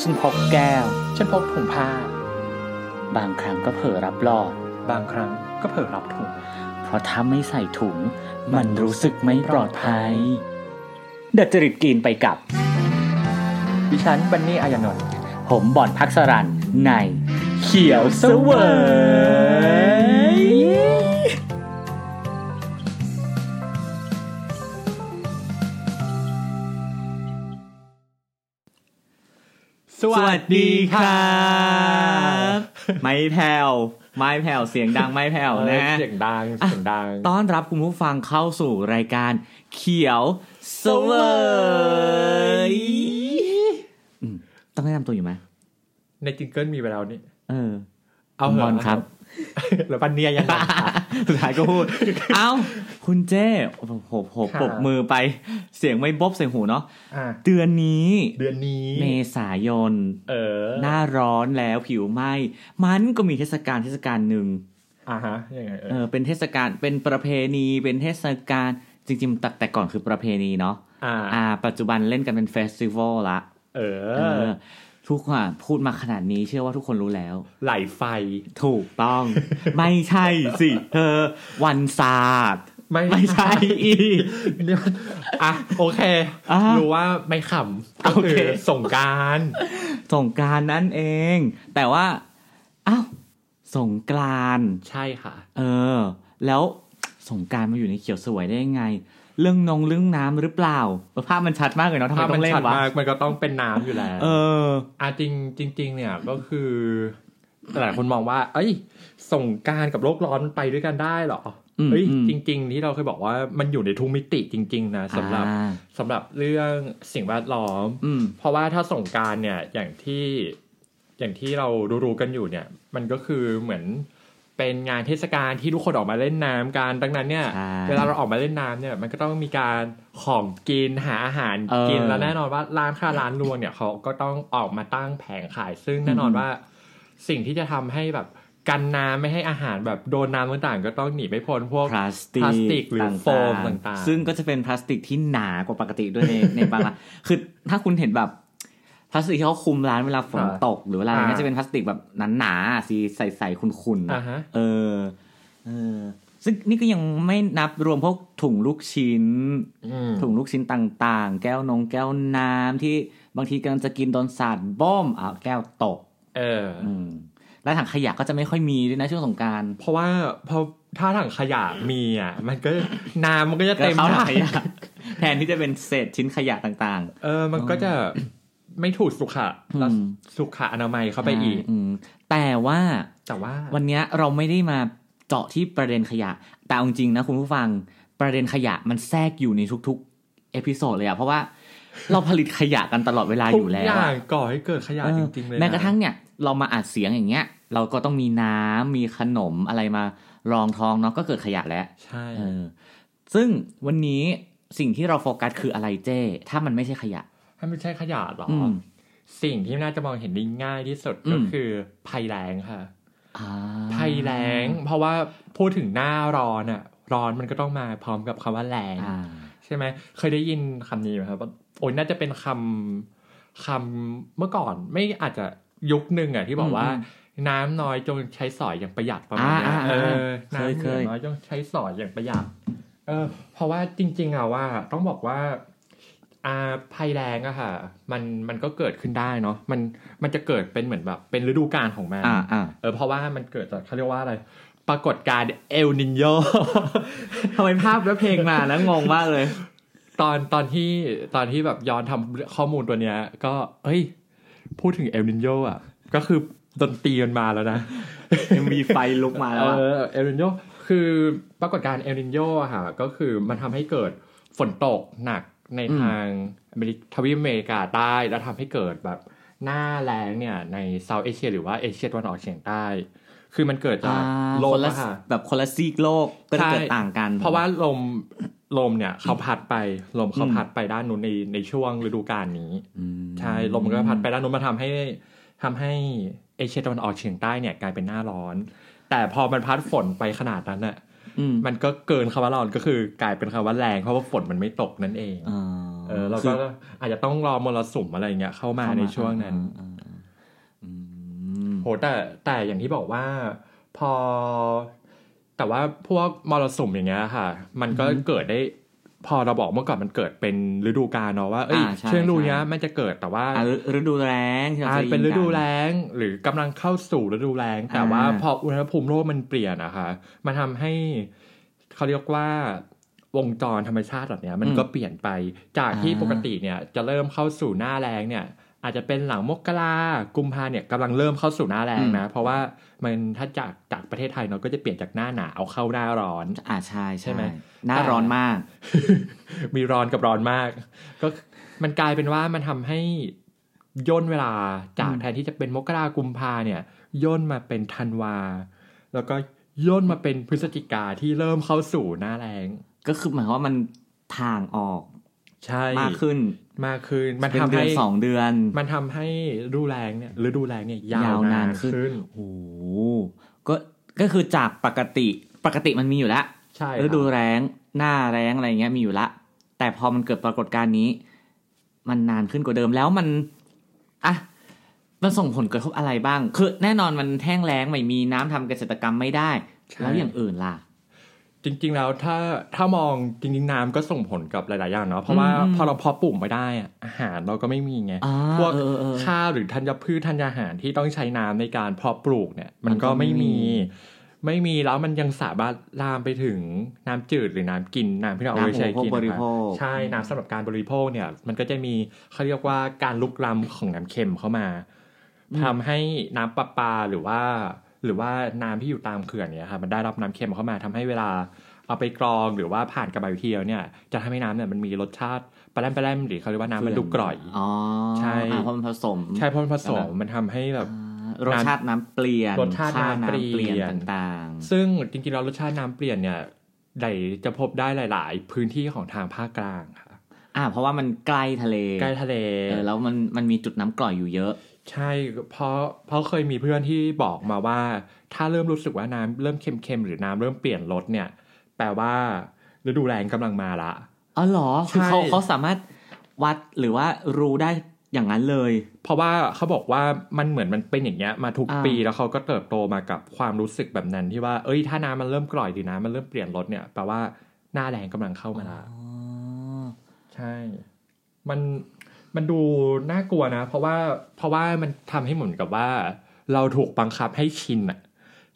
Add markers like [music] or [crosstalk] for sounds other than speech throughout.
ฉันพกแก้ว ฉันพกถุงผ้า บางครั้งก็เผลอรับหลอด บางครั้งก็เผลอรับถุง เพราะถ้าไม่ใส่ถุง มันรู้สึกไม่ปลอดภัย ดัดจริตกรีนไปกับ ดิฉันบันนี่อายานนท์ ผมบ่อนพักสรันใน เขียวเสวย สวัสดีครับไม่แผ่วไม่แผ่วเสียงดังไม่แผ่ว เอ นะ อเสียงดังเสียงดัง ต้อนรับคุณผู้ฟังเข้าสู่รายการเขียวเสวยอืมต้องแนะนำตัวอยู่ไหม ในจิงเกิลมีไปแล้วนี่ [laughs] เออ เอาเห บอลครับ แล้วบันนี่อายานนท์ [laughs] สุดท้ายก็พูด เอ้า คุณเจ้โอ้โหโห ครับ ปรบมือไปเสียงไม่บอบเสียงหูเนาะ อ่ะ เดือนนี้ เดือนนี้ เมษายน เออ หน้าร้อนแล้วผิวไหม้ มันก็มีเทศกาลเทศกาลหนึ่ง อ่ะฮะ ยังไงเอ เอ อ อเป็นเทศกาลเป็นประเพณีเป็นเทศกาลจริงๆแต่แต่ก่อนคือประเพณีเนาะ อ่า อ่า ปัจจุบันเล่นกันเป็นเฟสติวัลละ เอ เอ อ อทุกคนพูดมาขนาดนี้เชื่อว่าทุกคนรู้แล้ว ไหลไฟ ถูกต้อง [laughs] ไม่ใช่สิเธอวันศาส [laughs] ตร์ ไม่ ไม่ใช่อีก เดี๋ยว [laughs] อ่ะ โอเค อ่ะ รู้ว่าไม่ขำก็ โอ คื เค อส่งกราร สงกรารนั่นเอง แต่ว่าอ้าวสงกรานต์ ใช่ค่ะ เออ แล้วสงกรารมาอยู่ในเขียวสวยได้ยังไง เรื่องนงเรื่องน้ำหรือเปล่าภาพมันชัดมากเลยเนาะทำไม ถ้า ต้ มั อน งเล่น ชัด วะ มากมันก็ต้องเป็นน้ำอยู่แล้ว เออ อ่ะจริงจริง ๆ เนี่ยก็คือหลายคนมองว่า เอ้ยส่งกรารกับโลกร้อนมันไปด้วยกันได้เหรออ ม เอ้ย อืม จริง ๆ ที่เราเคยบอกว่ามันอยู่ในทุกมิติจริง ๆ นะสำหรับ อ่า สำหรับเรื่องสิ่งแวดล้อม อืม เพราะว่าถ้าสงกรารเนี่ยอย่างที่อย่างที่เรารู้ๆกันอยู่เนี่ย มันก็คือเหมือนเป็นงานเทศกาลที่ทุกคนออกมาเล่นน้ำกันดังนั้นเนี่ย ใช่ เวลาเราออกมาเล่นน้ำเนี่ย มันก็ต้องมีการของกินหาอาหาร เออ กินแล้วแน่นอนว่าร้านค้าร้านรวงเนี่ยเขาก็ต้องออกมาตั้งแผงขาย ซึ่งแน่นอน อืม ว่าสิ่งที่จะทำให้แบบกันน้ำไม่ให้อาหารแบบโดนน้ำต่างๆ ก็ต้องหนีไม่พ้นพวก พลาสติก พลาสติกหรือ ต่างๆ โฟมต่างๆ ซึ่งก็จะเป็นพลาสติกที่หนากว่าปกติด้วยใน [laughs] ในบางร้านคือถ้าคุณเห็นแบบพลาสติกที่เขาคุมร้านเวลาฝนตก หรือเวลาอะไรเงี้ยจะเป็นพลาสติกแบบหนาๆสีใสๆขุ่นๆ อ่า นะ ฮะ เออ เออ ซึ่งนี่ก็ยังไม่นับรวมพวกถุงลูกชิ้น อืม ถุงลูกชิ้นต่างๆ แก้วนงแก้วน้ำที่บางทีกำลังจะกินโดนสาดบ้อมอ่ะแก้วตก เออ อืม และถังขยะก็จะไม่ค่อยมีด้วยนะช่วงสงกราร เพราะว่าพอถ้าถังขยะมีอ่ะ [laughs] มันก็น้ำมันก็จะ ก็ เต็ม เข้าถัง ถัง ขยะ แทนที่จะเป็นเศษชิ้นขยะต่าง เออ มันก็จะไม่ถูกสุขะแล้ว อืม สุขะอนามัย ๆ เข้าไปอีก มแต่ว่า แต่ว่า วันเนี้ยเราไม่ได้มาเจาะที่ประเด็นขยะ แต่เอาจริงๆนะคุณผู้ฟังประเด็นขยะมันแทรกอยู่ในทุกๆ เอพิโซดเลยอะเพราะว่าเราผลิตขยะกันตลอดเวลาอกทุยู่แล้ อ วอะ ย่างก่อให้เกิดขยะ เออ จริงๆเลยน แม้กระทั่งเนี่ยเรามาอัดเสียงอย่างเงี้ย เราก็ต้องมีน้ำมีขนมอะไรมารองท้องเนาะก็เกิดขยะแล้ว ใช่ เออ ซึ่งวันนี้สิ่งที่เราโฟกัสคืออะไรเจ้ ถ้ามันไม่ใช่ขยะ ถ้าไม่ใช่ขยะหรออ อืม สิ่งที่น่าจะมองเห็นได้ง่ายที่สุด อืม ก็คือภัยแล้งค่ะ อ่า ภัยแล้ง เพราะว่าพูดถึงหน้าร้อนอ่ะ ร้อนมันก็ต้องมาพร้อมกับคำว่าแล้ง อ่า ใช่ไหม เคยได้ยินคำนี้ไหมครับว่าโอ้ยน่าจะเป็นคำคำเมื่อก่อนไม่อาจจะยุคหนึ่งอ่ะที่บอกว่า อืม น้ำน้อยจงใช้สอยอย่างประหยัดประมาณเนี้ย อ่าอ่า เอ อ่า อน้ำเหลื เค อย ๆ น้อยจงใช้สอยอย่างประหยัด เออ เพราะว่าจริง ๆอ่ะว่า ต้องบอกว่า อ่าภัยแรงอะค่ะ มันมันก็เกิดขึ้นได้เนาะมันมันจะเกิดเป็นเหมือนแบบ เป็นฤดูกาลของมัน อ่าอ่า เออเพราะว่ามันเกิดจากเขาเรียกว่าอะไร ปรากฏการณ์เอลนิ [laughs] โย ทำไมภาพและเพลงมาแล้วงงมากเลย [laughs] ตอนตอนที่ตอนที่แบบย้อนทำข้อมูลตัวเนี้ย ก็เอ้ย พูดถึงเอลนินโยอ่ะ ก็คือดนตรีมันมาแล้วนะ MV ไฟลุกมาแล้วอะ เออเอลนินโยคือปรากฏการณ์เอลนินโยอะค่ะก็คือมันทำให้เกิดฝนตกหนักในทางอเมริกทวีปอเมริกาใต้แล้วทำให้เกิดแบบหน้าแล้งเนี่ยในเซาท์เอเชียหรือว่าเอเชียตะวันออกเฉียงใต้ คือมันเกิดจาก อ่า โล ค ก นละ อะค่ะ แบบคนละซีกโลกก็จะ ใช่ เกิดต่างกัน เพราะว่าลมลมเนี่ยเขาพัดไปลมเขาพัดไปด้านนู้นในในช่วงฤดูกาลนี้ อืม ใช่ลมมันก็พัดไปด้านนู้นมาทำให้ทำให้เอเชียตะวันออกเฉียงใต้เนี่ยกลายเป็นหน้าร้อน แต่พอมันพัดฝนไปขนาดนั้นน่ะ อืม มันก็เกินคำว่าร้อนก็คือกลายเป็นคำว่าแรงเพราะว่าฝนมันไม่ตกนั่นเอง อ่า เออเรา คื ก็ อ อาจจะต้องรอมรสุมอะไรเงี้ยเข้ามาในช่วงนั้น อ่า หแต่แต่อย่างที่บอกว่าพอ แต่ว่าพวกมรสุมอย่างเงี้ยค่ะ มันก็เกิดได้พอเราบอกเมื่อก่อนมันเกิดเป็นฤดูกาลเนาะว่าเอ้ย อ่าใช่ ช่วงฤดูเนี้ย ใช่ มันจะเกิดแต่ว่า อ่ะฤฤดูแรงที่เรา อา จะ จ ได้ยินกัน เป็นฤดูแล้งหรือกำลังเข้าสู่ฤดูแล้งแต่ อ่า ว่าพออุณหภูมิโลกมันเปลี่ยนอะคะมันทำให้เขาเรียกว่าวงจรธรรมชาติแบบเนี้ยมันก็เปลี่ยนไปจากที่ปกติเนี่ยจะเริ่มเข้าสู่หน้าแล้งเนี่ย อาจจะเป็นหลังมกรากุมภาเนี่ยกำลังเริ่มเข้าสู่หน้าแล้งนะ เพราะว่ามันถ้าจากจากประเทศไทยเนาะก็จะเปลี่ยนจากหน้าหนาวเข้าหน้าร้อน อ่าใช่ ใช่ ใช่ ไห ไห ม มหน้าร้อนมาก มีร้อนกับร้อนมาก ก็มันกลายเป็นว่ามันทำให้ย่นเวลาจาก อืม แทนที่จะเป็นมกรากุมภาเนี่ยย่นมาเป็นธันวา แล้วก็ย่นมาเป็นพฤศจิกาที่เริ่มเข้าสู่หน้าแรง ก็คือหมายความว่ามันทางออก ใช่ มากขึ้น มากขึ้นมัน เป็น ทำ เดือ ให้ นสองเดือน มันทำให้ฤดูแรงเนี่ยฤดูแรงเนี่ยยาย าว วานนาน นขึ้น ขึ้น โอ้โหก็ก็คือจากปกติปกติมันมีอยู่แล้ว ใช่ ฤดู ครับ แรงหน้าแรงอะไรอย่างเงี้ยมีอยู่ละแต่พอมันเกิดปรากฏการณ์นี้ มันนานขึ้นกว่าเดิมแล้วมันอ่ะมันส่งผลกระทบอะไรบ้าง คือ แน่นอนมันแห้งแล้งไม่มีน้ำทำเกษตรกรรมไม่ได้ แล้วอย่างอื่นล่ะ จริง ๆ แล้วถ้าถ้ามองจริงๆน้ำก็ส่งผลกับหลาย ๆ อย่างเนาะเพราะว่า อืม พอเราเพาะปลูกไม่ได้อะอาหารเราก็ไม่มีไง อ่า พวก เออเออเออ ข้าวหรือธัญพืชธัญอาหารที่ต้องใช้น้ำในการเพาะปลูกเนี่ย มัน มันก็ ก็ไม่ ไม่มี มี ไม่มีแล้วมันยังสามารถลามไปถึงน้ำจืดหรือน้ำกินน้ำที่เราเอา น้ำ ไว้ อุ ใช้ ปโภค กิน บริ นะ โภ ครับ ค ใช่น้ำสำหรับการบริโภคเนี่ย มันก็จะมีเขาเรียกว่าการลุกล้ำของน้ำเค็มเข้ามา อืม ทำให้น้ำประปาหรือว่า หรือว่าน้ำที่อยู่ตามเขื่อนเนี่ยค่ะมันได้รับน้ำเค็มเข้ามาทำให้เวลาเอาไปกรองหรือว่าผ่านกระบวนวิธีแล้วเนี่ย จะทำให้น้ำเนี่ยมันมีรสชาติปลาแรมปลาแรมหรือเขาเรียกว่าน้ำมันดูกร่อย อ๋อ ใช่ อ่าเพราะมันผสม ใช่เพราะมันผส แล้ ม วแบบ มันทำให้แบบ อ่ารสชาติน้ำเปลี่ยน รสชาติ ค่ น้ำเปลี่ยน ต่าง ซึ่งจริงๆแล้วรสชาติน้ำเปลี่ยนเนี่ยไดจะพบได้หลาย ๆ พื้นที่ของทางภาคกลางค่ะ ๆ อ่า เพราะว่ามันใกล้ทะเล ใกล้ทะเล เออแล้วมันมันมีจุดน้ำกร่อยอยู่เยอะ ใช่เพราะเพราะเคยมีเพื่อนที่บอกมาว่า ถ้าเริ่มรู้สึกว่าน้ำเริ่มเค็มๆหรือน้ำเริ่มเปลี่ยนรสเนี่ย แปลว่าฤดูแรงกำลังมาละ อ๋อเหรอ คือเขา ใช่ เขาสามารถวัดหรือว่ารู้ได้อย่างนั้นเลย เพราะว่าเขาบอกว่ามันเหมือนมันเป็นอย่างเงี้ยมาทุก อ่า ปีแล้วเขาก็เติบโตมากับความรู้สึกแบบนั้นที่ว่าเอ้ยถ้าน้ำมันเริ่มกร่อยหรือน้ำมันเริ่มเปลี่ยนรสเนี่ยแปลว่าหน้าแรงกำลังเข้ามาละ อ๋อ ใช่ มัน มันดูน่ากลัวนะ เพราะว่า เพราะว่ามันทำให้เหมือนกับว่า เราถูกบังคับให้ชินอะ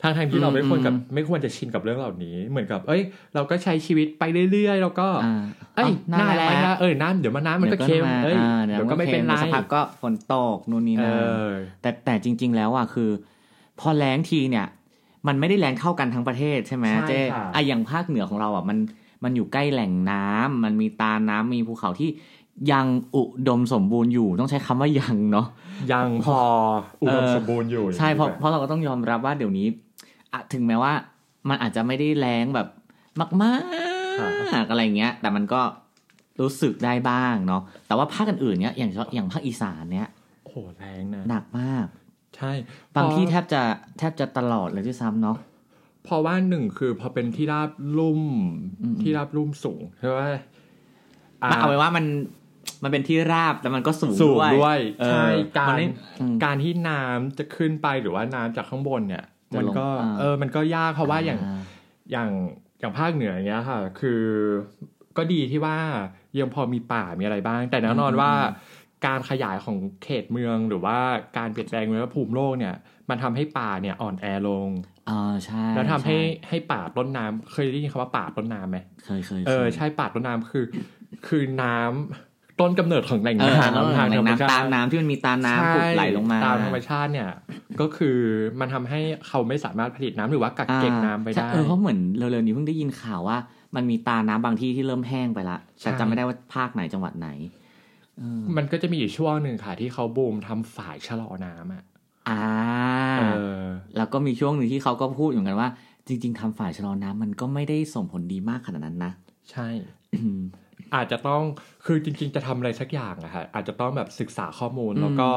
ทางทางๆที่เรา อืม ไม่ควรกับ อืม ไม่ควรจะชินกับเรื่องเหล่านี้ เหมือนกับ เอ้ย เราก็ใช้ชีวิตไปเรื่อยๆ แล้วก็ อ่า เอ้ย ห ห น้า น้า แร แรง ง นะ นะเอ้ยน้ำเดี๋ยวมันน้ำมันก็เค็ม เอ้ย อ่า เดี๋ยวก็ไม่เป็นไร สักพักก็ฝนตกนู่นนี่ เอ นั่น อ แต่แต่จริง ๆ แล้วอ่ะคือ พอแล้งทีเนี่ย มันไม่ได้แล้งเท่ากันทั้งประเทศใช่ไหม ใช่ เจ๊ ค่ะ อ่ะอย่างภาคเหนือของเราอ่ะมันมันอยู่ใกล้แหล่งน้ำมันมีตาน้ำมีภูเขาที่ยังอุดมสมบูรณ์อยู่ต้องใช้คำว่ายังเนาะ ยังพออุดม เออ สมบูรณ์อยู่ ใช่เพราะเพราะอย่งนี้เราก็ต้องยอมรับว่าเดี๋ยวนี้อ่ะถึงแม้ว่า มันอาจจะไม่ได้แรงแบบมากๆอะไรเงี้ย แต่มันก็รู้สึกได้บ้างเนาะแต่ว่าภาคอื่นๆเนี้ยอย่างเฉพาะอย่างภาคอีสานเนี้ย โอ้โหแรงนะ หนักมาก ใช่ บางที่ เพ แท ระ บจะแทบจะตลอดเลยด้วยซ้ำเนาะ เพราะว่าหนึ่งคือพอเป็นที่ราบลุ่ม อืม ที่ราบลุ่มสูงใช่ไหม มันเอาไว้ว่ามันมันเป็นที่ราบแต่มันก็สูง สูง ด้ ด้ ว วย ย เออ ใช่กา มัน ร ไม่อืม การที่น้ำจะขึ้นไปหรือว่าน้ำจากข้างบนเนี่ย จะ มัน ลง ก็ อ่า เออมันก็ยากเพราะว่าอย่างอย่างอย่างภาคเหนืออย่างเงี้ยค่ะ คือก็ดีที่ว่ายังพอมีป่ามีอะไรบ้าง แต่แน่นอนว่าการขยายของเขตเมืองหรือว่าการเปลี่ยนแปลงอุณหภูมิโลกเนี่ย มันทำให้ป่าเนี่ยอ่อนแอลง อ่าใช่ แล้วทำให้ ช่ ให้ป่าต้นน้ำเคยได้ยินคำว่าป่าต้นน้ำไหม เคยเคย เออ คย ใช่ป่าต้นน้ำคือ คือน้ำต้นกำเนิดของแหล่ง เออ น้ำ แล้ว ทาง แหล่ ธรง รมชา น้ำตา ติ มน้ำที่มันมีตาน้ำผุดไหลลงมา ใช่ตามธรรมชาติเนี่ย ก็คือมันทำให้เขาไม่สามารถผลิตน้ำหรือว่ากักเก็บน้ำไป อ่า ได้ เออเพราะเหมือนเร็วๆนี้เพิ่งได้ยินข่าวว่า มันมีตาน้ำบางที่ที่เริ่มแห้งไปละแต่ ใช่ จำไม่ได้ว่าภาคไหนจังหวัดไหนเออ มันก็จะมีอยู่ช่วงหนึ่งค่ะ ที่เขาบูมทำฝ่ายชะลอน้ำอ่ะ อ่า เออ แล้วก็มีช่วงหนึ่งที่เขาก็พูดอยู่เหมือนกันว่า จริง ๆทำฝ่ายชะลอน้ำมันก็ไม่ได้ส่งผลดีมากขนาดนั้นนะ [coughs] ใช่ อืม อาจจะต้องคือจริง ๆ จะทำอะไรสักอย่างอะค่ะอาจจะต้องแบบศึกษาข้อมูล อืม แล้วก็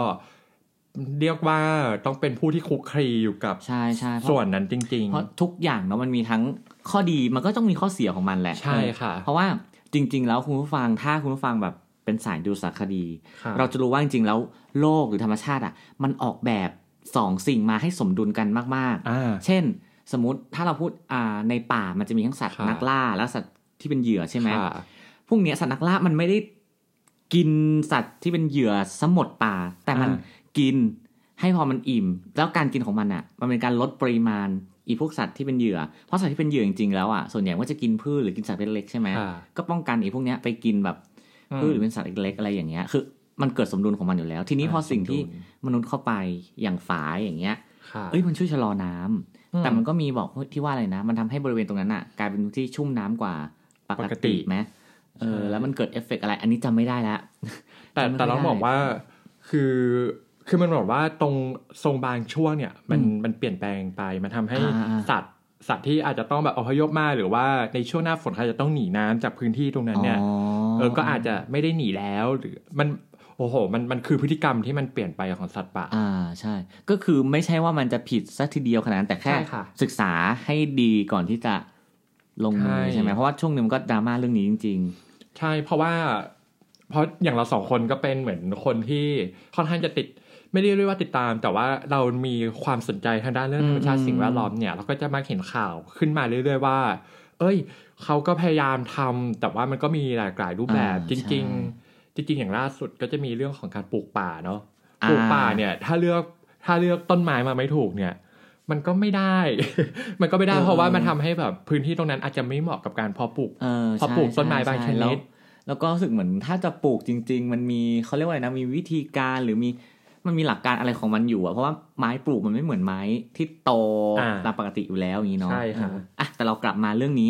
เรียกว่าต้องเป็นผู้ที่คลุกคลีอยู่กับ ใช่ใช่เพราะ ส่วนนั้นจริง เพราะทุกอย่างเนาะมันมีทั้งข้อดีมันก็ต้องมีข้อเสียของมันแหละ ๆ ใช่ค่ะ เพราะว่าจริง ๆ แล้วคุณผู้ฟังถ้าคุณผู้ฟังแบบเป็นสายดูสารคดี ค่ะ เราจะรู้ว่าจริงๆแล้วโลกหรือธรรมชาติอ่ะมันออกแบบ สองสิ่งมาให้สมดุลกันมาก อ่า ๆ เช่น สมมติถ้าเราพูดอ่าในป่ามันจะมีทั้งสัตว์ ค่ะ นักล่าและสัตว์ที่เป็นเหยื่อใช่ไหม ค่ะ พวกเนี้ยสัตว์นักล่ามันไม่ได้กินสัตว์ที่เป็นเหยื่อสมดป่า แต่มัน อ่า กินให้พอมันอิ่ม แล้วการกินของมันอ่ะ มันเป็นการลดปริมาณอีพวกสัตว์ที่เป็นเหยื่อเพราะสัตว์ที่เป็นเหยื่อจริงๆแล้วอ่ะส่วนใหญ่ก็จะกินพืชหรือกินสัตว์เล็กๆใช่ไหม ค่ะ ก็ป้องกันไอีพวกเนี้ยไปกินแบบพืชหรือเป็นสัตว์เล็กๆอะไรอย่างเงี้ยคือมันเกิดสมดุลของมันอยู่แล้ว ทีนี้พอสิ่งที่มนุษย์เข้าไปอย่างฝายอย่างเงี้ย ค่ะ เอ้ยมันช่วยชะลอน้ำ อื แต่มันก็มีบอกที่ว่าอะไรนะ มันทำให้บริเวณตรงนั้นอ่ะ กลายเป็นที่ชุ่มน้ำกว่าป ป ก กติ ติไหมเออแล้วมันเกิดเอฟเฟกต์อะไร อันนี้จำไม่ได้แล้ว แต่ จำไม่ แต่เรา ได้ บอกว่าคือคือมันบอกว่าตรงทรงบางช่วงเนี่ย มัน อืม มันเปลี่ยนแปลงไปมันทำให้ อ่าอ่า สัตว์สัตว์ที่อาจจะต้องแบบอพยพมาหรือว่าในช่วงหน้าฝนเขาอาจจะต้องหนีน้ำจากพื้นที่ตรงนั้นเนี่ย อ๋อ เออ ก็อาจจะไม่ได้หนีแล้วหรือมันโอ้โห มันมันคือพฤติกรรมที่มันเปลี่ยนไปของสัตว์ป่า อ่าใช่ ก็คือไม่ใช่ว่ามันจะผิดซะทีเดียวขนาดนั้นแต่แค่ ใช่ค่ะ ศึกษาให้ดีก่อนที่จะลงมือ ใช่ ใช่ไหมเพราะว่าช่วงหนึ่งมันก็ดราม่าเรื่องนี้จริง ใช่เพราะว่า เพราะอย่างเราสองคนก็เป็นเหมือนคนที่ค่อนข้างจะติด ไม่ได้เรียกว่าติดตาม แต่ว่าเรามีความสนใจทางด้านเรื่องธรรมชาติ อืม สิ่งแวดล้อมเนี่ยเราก็จะมาเห็นข่าวขึ้นมาเรื่อย ๆ ว่า เอ้ย เขาก็พยายามทำแต่ว่ามันก็มีหลากหลายรูปแบบ อ่า จริง ใช่ ๆ จริง ๆ อย่างล่าสุดก็จะมีเรื่องของการปลูกป่าเนาะ ๆอ่ ปลูกป่าเนี่ย ถ้าเลือกถ้าเลือกต้นไม้มาไม่ถูกเนี่ย มันก็ไม่ได้ [laughs] มันก็ไม่ได้เพราะว่ามันทำให้แบบพื้นที่ตรงนั้นอาจจะไม่เหมาะกับการเพาะปลูก เออใช่ พอปลูกต้นไม้บาง ใ ชนิแล้ดวแล้วก็รู้สึกเหมือนถ้าจะปลูกจริง ๆ มันมีเขาเรียกว่าอะไรนะมีวิธีการหรือมีมันมีหลักการอะไรของมันอยู่อะเพราะว่าไม้ปลูกมันไม่เหมือนไม้ที่โต อ่า ตามปกติอยู่แล้วอย่างนี้เนาะ ใช่ค่ะ เอออ่ะแต่เรากลับมาเรื่องนี้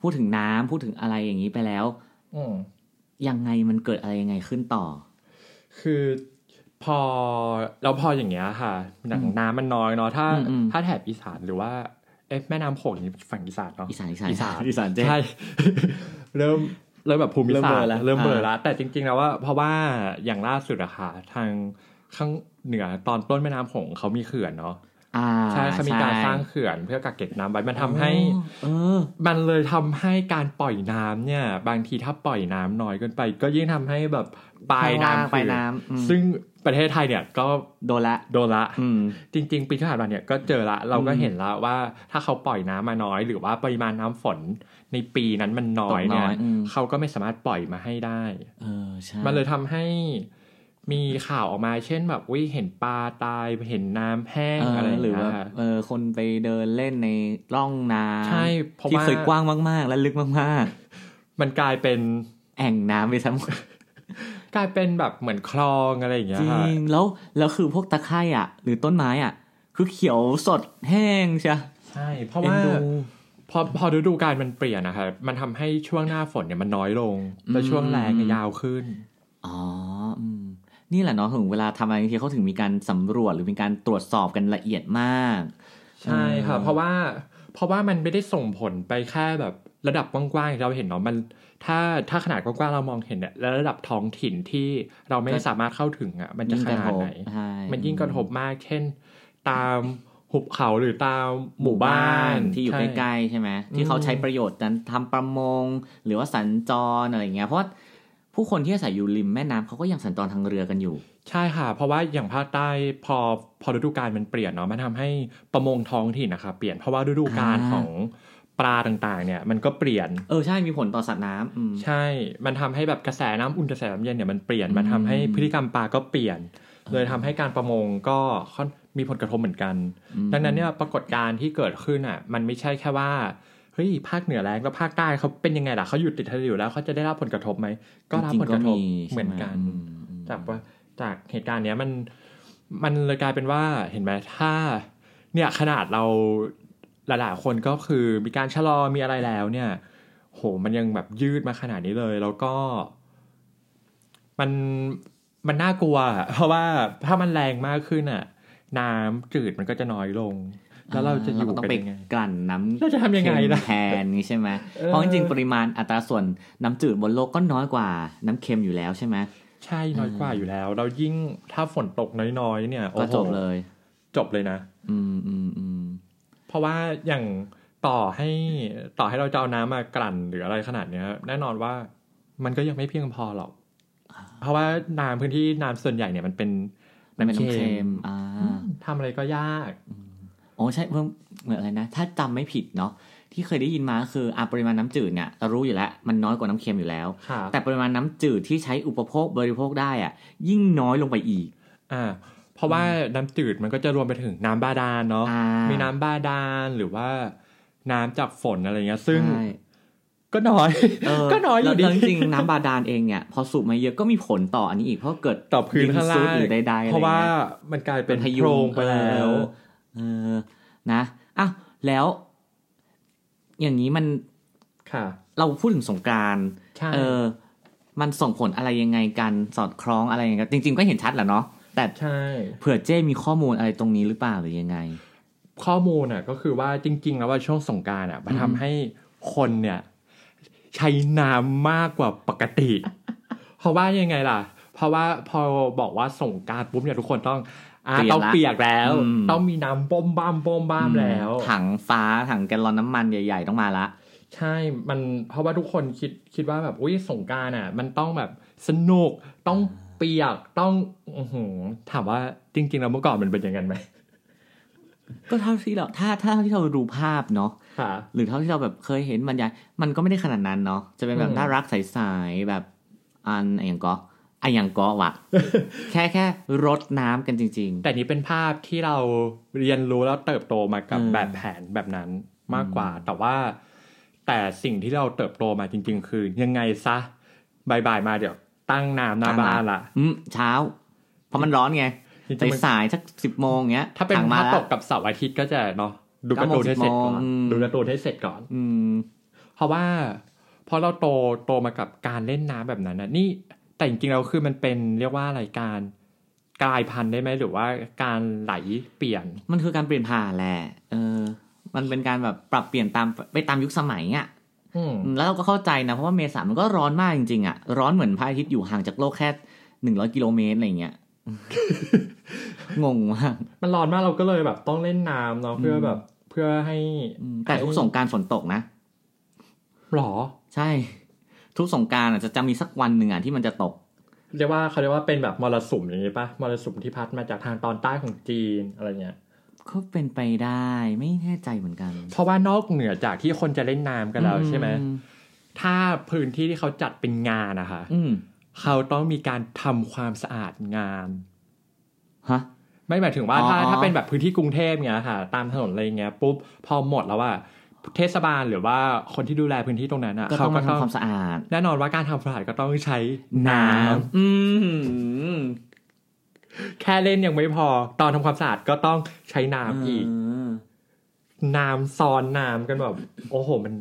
พูดถึงน้ำพูดถึงอะไรอย่างนี้ไปแล้ว อืม ยังไงมันเกิดอะไรยังไงขึ้นต่อ คือพอแล้วพออย่างเงี้ยค่ะหนังน้ำมันน้อยเนาะถ้า อืมอืม ถ้าแถบอีสานหรือว่าเอ๊ะแม่น้ำโขงนี่ฝั่งอีสานเนาะ อีสานอีสาน อีสาน อีสานเจ๊ ใช่ เริ่มเริ่มแบบภูมิ เริ่ม ศา เบลอสตร์ แล้ว เริ่มเบลอ อ่า แล้วแต่จริงๆแล้วว่าเพราะว่าอย่างล่าสุดอะค่ะทางข้างเหนือตอนต้นแม่น้ำโขงเขามีเขื่อนเนาะ อ่า ใช่เขามีการสร้างเขื่อนเพื่อกักเก็บน้ำไว้มันทำให้ เออ มันเลยทำให้การปล่อยน้ำเนี่ย บางทีถ้าปล่อยน้ำน้อยเกินไป ก็ยิ่งทำให้แบบปลายน้ำ ปลาย เขื่อ น้ำอืม ซึ่งประเทศไทยเนี่ยก็ โดนละ โดนละ อืม จริง ๆ ปีที่ผ่านมาเนี่ยก็เจอละ เราก็ อืม เห็นละว่าถ้าเขาปล่อยน้ำมาน้อย หรือว่าปริมาณน้ำฝนในปีนั้นมันน้ ต อก ย น้ เนี่ อยยอืม เขาก็ไม่สามารถปล่อยมาให้ได้ เออใช่ มันเลยทำให้มีข่าวออกมา เช่นแบบวิเห็นปลาตายเห็นน้ำแห้ง เออ อะไรย่ง หรือ เงี้ ว่าย เออคนไปเดินเล่นในร่องน้ำ ใช่เพราะ ที่ ว่า เคยกว้างมากๆ และลึกมาก มันกลายเป็น ๆ แอ่งน้ำไปทั้งหมด กลายเป็นแบบเหมือนคลองอะไรอย่างเงี้ จ ย ริ ค่ะ งแล้วแล้วคือพวกตะไคร่อ่ะ หรือต้นไม้อ่ะ คือเขียวสดแห้งใช่ ใช่ เพราะว่า เอ็นดู พอพอฤดูกาลมันเปลี่ยนนะครับมันทำให้ช่วงหน้าฝนเนี่ยมันน้อยลง แต่ อืม ช่วงแรงเนี่ยยาวขึ้น อ๋ออืมนี่แหละเนาะถึงเวลาทำอะไรทีเขาถึงมีการสำรวจหรือมีการตรวจสอบกันละเอียดมาก ใช่ค่ะ อืม เพราะว่าเพราะว่ามันไม่ได้ส่งผลไปแค่แบบระดับกว้างๆเราเห็นเนาะมัน ถ้าถ้าขนาดกว้างๆเรามองเห็นเนี่ยแล้วระดับท้องถิ่นที่เราไม่สามารถเข้าถึงอ่ะมันจะขนาดไหน ใช่ มันยิ่งกระทบมาก เช่น ตามหุบเขาหรือตามหมู่บ้าน ที่อยู่ ช่ ใกล้ๆใช่ไหม อืม ที่เขาใช้ประโยชน์นั้นทำประมง หรือว่าสัญจรอะไรอย่างเงี้ยเพราะว่าผู้คนที่อาศัยอยู่ริมแม่น้ำเขาก็ยังสัญจรทางเรือกันอยู่ ใช่ค่ะ เพราะว่าอย่างภาคใต้พอพอฤดูกาลมันเปลี่ยนเนาะมันทำให้ประมงท้องถิ่นนะคะเปลี่ยนเพราะว่าฤดูกาล อ่า ของปลาต่างๆ เนี่ย มันก็เปลี่ยน เออใช่มีผลต่อสัตว์น้ำอืม ใช่ มันทำให้แบบกระแสน้ำอุ่นกระแสน้ำเย็นเนี่ยมันเปลี่ยน อืม มันทำให้พฤติกรรมปลาก็เปลี่ยน เลยทำให้การประมงก็ค่อนมีผลกระทบเหมือนกัน ดังนั้นเนี่ยปรากฏการณ์ที่เกิดขึ้นอ่ะมันไม่ใช่แค่ว่าเฮ้ยภาคเหนือแรงแล้วภาคใต้เขาเป็นยังไงล่ะเขาอยู่ติดทะเลอยู่แล้วเขาจะได้รับผลกระทบไหมก็รับ จง ผล ๆ กระทบ มี เหมือนกัน ใช่ไอืม จากว่าจากเหตุการณ์เนี้ยมันมันเลยกลายเป็นว่าเห็นไหมถ้า เนี่ยขนาดเราหลายๆคนก็คือมีการชะลอมีอะไรแล้ว เนี่ย โหมันยังแบบยืดมาขนาดนี้เลย แล้วก็ มันมันน่ากลัวอะ [laughs] เพราะว่าถ้ามันแรงมากขึ้นอ่ะ น้ำจืดมันก็จะน้อยลง แล้วเราจะอยู่ ก็ต้ กัน ไป ยังไง กลั่นน้ำ เราจะทำยังไงล่ะ เค็มแทนนี้ใช่ไหม เออ เพราะจริงๆปริมาณอัตราส่วนน้ำจืดบนโลกก็น้อยกว่าน้ำเค็มอยู่แล้วใช่ไหม ใช่น้อยกว่าอยู่แล้ว เรายิ่งถ้าฝนตกน้อยๆเนี่ยโอ้ ก็ โห จบเลย จบเลยนะ อืมอืมอืม เพราะว่าอย่างต่อให้ต่อให้เราจะเอาน้ำมากลั่นหรืออะไรขนาดเนี้ย แน่นอนว่ามันก็ยังไม่เพียงพอหรอกเพราะว่าน้ำพื้นที่น้ำส่วนใหญ่เนี่ยมันเป็น มันเป็นน้ำเค็มอ่ อื า มทำอะไรก็ยาก อ๋อใช่เพิ่มเหมือนอะไรนะ ถ้าจำไม่ผิดเนาะที่เคยได้ยินมาคืออ่ะปริมาณน้ำจืดเนี่ยเรารู้อยู่แล้ว มันน้อยกว่าน้ำเค็มอยู่แล้ว ค่ะ แต่ปริมาณน้ำจืดที่ใช้อุปโภคบริโภคได้อ่ะ ยิ่งน้อยลงไปอีก อ่า เพราะว่าน้ำจืดมันก็จะรวมไปถึงน้ำบาดาลเนาะ อ่ามี มีน้ำบาดาลหรือว่าน้ำจากฝนอะไรเงี้ย ซึ่ง ใช่ ก็น้อย เออ ก็น้อยอยู่ดี แล้วจริงๆน้ำบาดาลเองเนี่ย พอสูบมาเยอะก็มีผลต่ออันนี้อีกเพราะเกิด ต่อพื้น ดิ ข้างล่า ซุด ง หรือใดๆอไ เพราะว่า งี้ย มันกลายเป็น พ โพรงไปแล้ว เออ นะอ้าวแล้วอย่างนี้มัน ค่ะ เราพูดถึงสงกราร ใช่ เออ มันส่งผลอะไรยังไงกันสอดคล้องอะไรยังไงกันจริง ๆ ก็เห็นชัดแหละเนาะแต่ ใช่ เผื่อเจ้มีข้อมูลอะไรตรงนี้หรือเปล่าหรือยังไง ข้อมูลน่ะก็คือว่าจริง ๆ แล้วว่าช่วงสงกรารอ่ะมันทำให้คนเนี่ย ใช้น้ำมากกว่าปกติ [laughs] เพราะว่ายังไงล่ะ เพราะว่าพอบอกว่าสงกรารปุ๊บเนี่ยทุกคนต้องอ่ะ เปียกละ ต้องเปียกแล้ว อืม ต้องมีน้ำป้มบ้ามป้มบ้ามแล้ว ถังฟ้าถังแกลลอนน้ำมันใหญ่ ๆ ต้องมาละ ใช่ มันเพราะว่าทุกคนคิดคิดว่าแบบอุ้ยสงกรารอ่ะ มันต้องแบบสนุกต้องเปียกต้องอื้อหือถามว่าจริง ๆ แล้วเมื่อก่อนมันเป็นอย่างนั้นไหม ก็เท่าที่เราถ้าถ้าเท่าที่เราดูภาพเนาะ ค่ะ หรือเท่าที่เราแบบเคยเห็นบรรยายมันก็ไม่ได้ขนาดนั้นเนาะจะเป็นแบ อื บ ม น่ารักใสๆแบบอันอะไรอย่างก็อันอย่างก็ [laughs] วะ แค่แค่รดน้ำกันจริง แต่นี่เป็นภาพที่เราเรียนรู้แล้วเติบโตมากับ อืม แบบแผนแบบนั้นมากกว่า แต่ว่า แต่สิ่งที่เราเติบโตมาจริง ๆ คือยังไงซะบ่ายๆมาเดี๋ยว ตั้งน้ำหน้าบ้านละ ๆอืมเช้า เพราะมันร้อนไง จริงๆมัน สายๆสักสิบโมงเงี้ย ถ้าเป็น สั่งมา ถ้า แล้ว ตกกับเสาร์อาทิตย์ก็จะเนาะดูการ์ตูนให้เสร็จก่อน เก้าโมงสิบโมงอืม ดูการ์ตูนให้เสร็จก่อน อืม เพราะว่าพอเราโตโตมากับการเล่นน้ำแบบนั้นนะนี่แต่จริงๆแล้วคือมันเป็นเรียกว่าอะไรการกลายพันธุ์ได้ไหมหรือว่าการไหลเปลี่ยน มันคือการเปลี่ยนผ่านแหละเออ มันเป็นการแบบปรับเปลี่ยนตามไปตามยุคสมัยอ่ะ อืม แล้วเราก็เข้าใจนะเพราะว่าเมษามันก็ร้อนมากจริงๆอ่ะร้อนเหมือนพระอาทิตย์อยู่ห่างจากโลกแค่หนึ่งร้อยกิโลเมตรอะไรเงี้ย [laughs] งงมาก มันร้อนมากเราก็เลยแบบต้องเล่นน้ำเนาะเพื่อแบบ เพื่อให้ อืมแต่ทุกสงกรารฝนตกนะ หรอ ใช่ ทุกสงกรารอ่ะจะจะมีสักวันหนึ่งอ่ะที่มันจะตก เรียกว่าเขาเรียกว่าเป็นแบบมรสุมอย่างนี้ปะมรสุมที่พัดมาจากทางตอนใต้ของจีนอะไรเงี้ย ก็เป็นไปได้ไม่แน่ใจเหมือนกัน เพราะว่านอกเหนือจากที่คนจะเล่นน้ำกันแล้วใช่ไหม อื ถ้าพื้นที่ที่เขาจัดเป็นงานนะคะ อืม เขาต้องมีการทำความสะอาดงาน ฮะ ไม่หมายถึงว่า อ๋อ ถ้า อ๋อ ถ้าเป็นแบบพื้นที่กรุงเทพเงี้ยค่ะ ตามถนนอะไรเงี้ยปุ๊บพอหมดแล้วว่าเทศบาลหรือว่าคนที่ดูแลพื้นที่ตรงนั้นอ่ะ ก็ต้ เขา อง ก็ มา ต้อง ทำความสะอาด แน่นอนว่าการทำความสะอาดก็ต้องใช้ น้ น้ำ ำอืม แค่เล่นยังไม่พอตอนทำความสะอาดก็ต้องใช้น้ำอีก เออ น้ำซ้อนน้ำกันแบบ โอ้โหมัน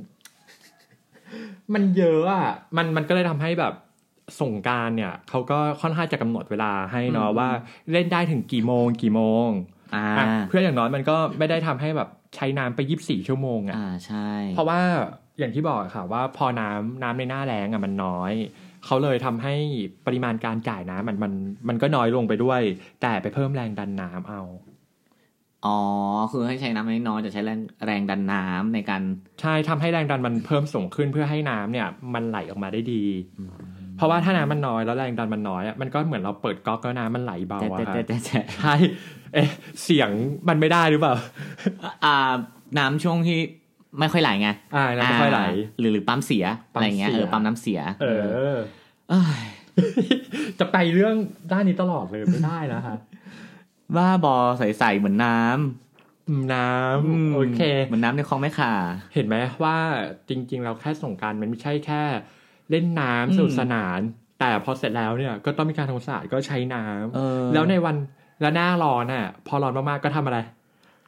มันเยอะอ่ะมันมันก็เลยทำให้แบบสงกรารเนี่ยเขาก็ค่อนข้างจะกำหนดเวลาให้เนาะว่าเล่นได้ถึงกี่โมง กี่โมง อ่า อ่ะเพื่ออย่างน้อยมันก็ไม่ได้ทำให้แบบใช้น้ำไปยีิบสี่ชั่วโมงอ่ะ อ่าใช่ เพราะว่าอย่างที่บอกอะค่ะว่าพอน้ำน้ำในหน้าแรงอ่ะมันน้อย เขาเลยทำให้ปริมาณการจ่ายน้ำมันมันมันก็น้อยลงไปด้วย แต่ไปเพิ่มแรงดันน้ำเอา อ๋อ คือให้ใช้น้ำน้อยๆจะใช้แรงแรงดันน้ำในการ ใช่ทำให้แรงดันมันเพิ่มสูงขึ้นเพื่อให้น้ำเนี่ย มันไหลออกมาได้ดี เพราะว่าถ้าน้ำมันน้อยแล้วแรงดันมันน้อยอะมันก็เหมือนเราเปิดก๊อกแล้วน้ำมันไหลเบา แต่ อะ แต่ ค่ะ แต่แต่ ใช่เอ๊ะเสียงมันไม่ได้หรือเปล่า อ่าน้ำช่วงที่ไม่ค่อยไหลไง อ่าน้ำไม่ค่อยไหล าหรือหรือปั๊มเสียอะปั๊มไรเงี้ย เสี เอย อปั๊มน้ำเสีย เออ เอ้ย จะไปเรื่องด้านนี้ตลอดเลยไม่ได้นะคะ บ้าบอใสๆเหมือนน้ อืมน้ ำม ำโอเค เหมือนน้ำในคลองแม่ข่า เห็นไหมว่าจริงๆ เราแค่ส่งกรารมันไม่ใช่แค่เล่นน้ำสนุกสนาน แต่พอเสร็จแล้วเนี่ยก็ต้องมีการทำความสะอาดก็ใช้น้ เออ ำแล้วในวันและหน้าร้อนน่ะ พอร้อนมากๆก็ทำอะไร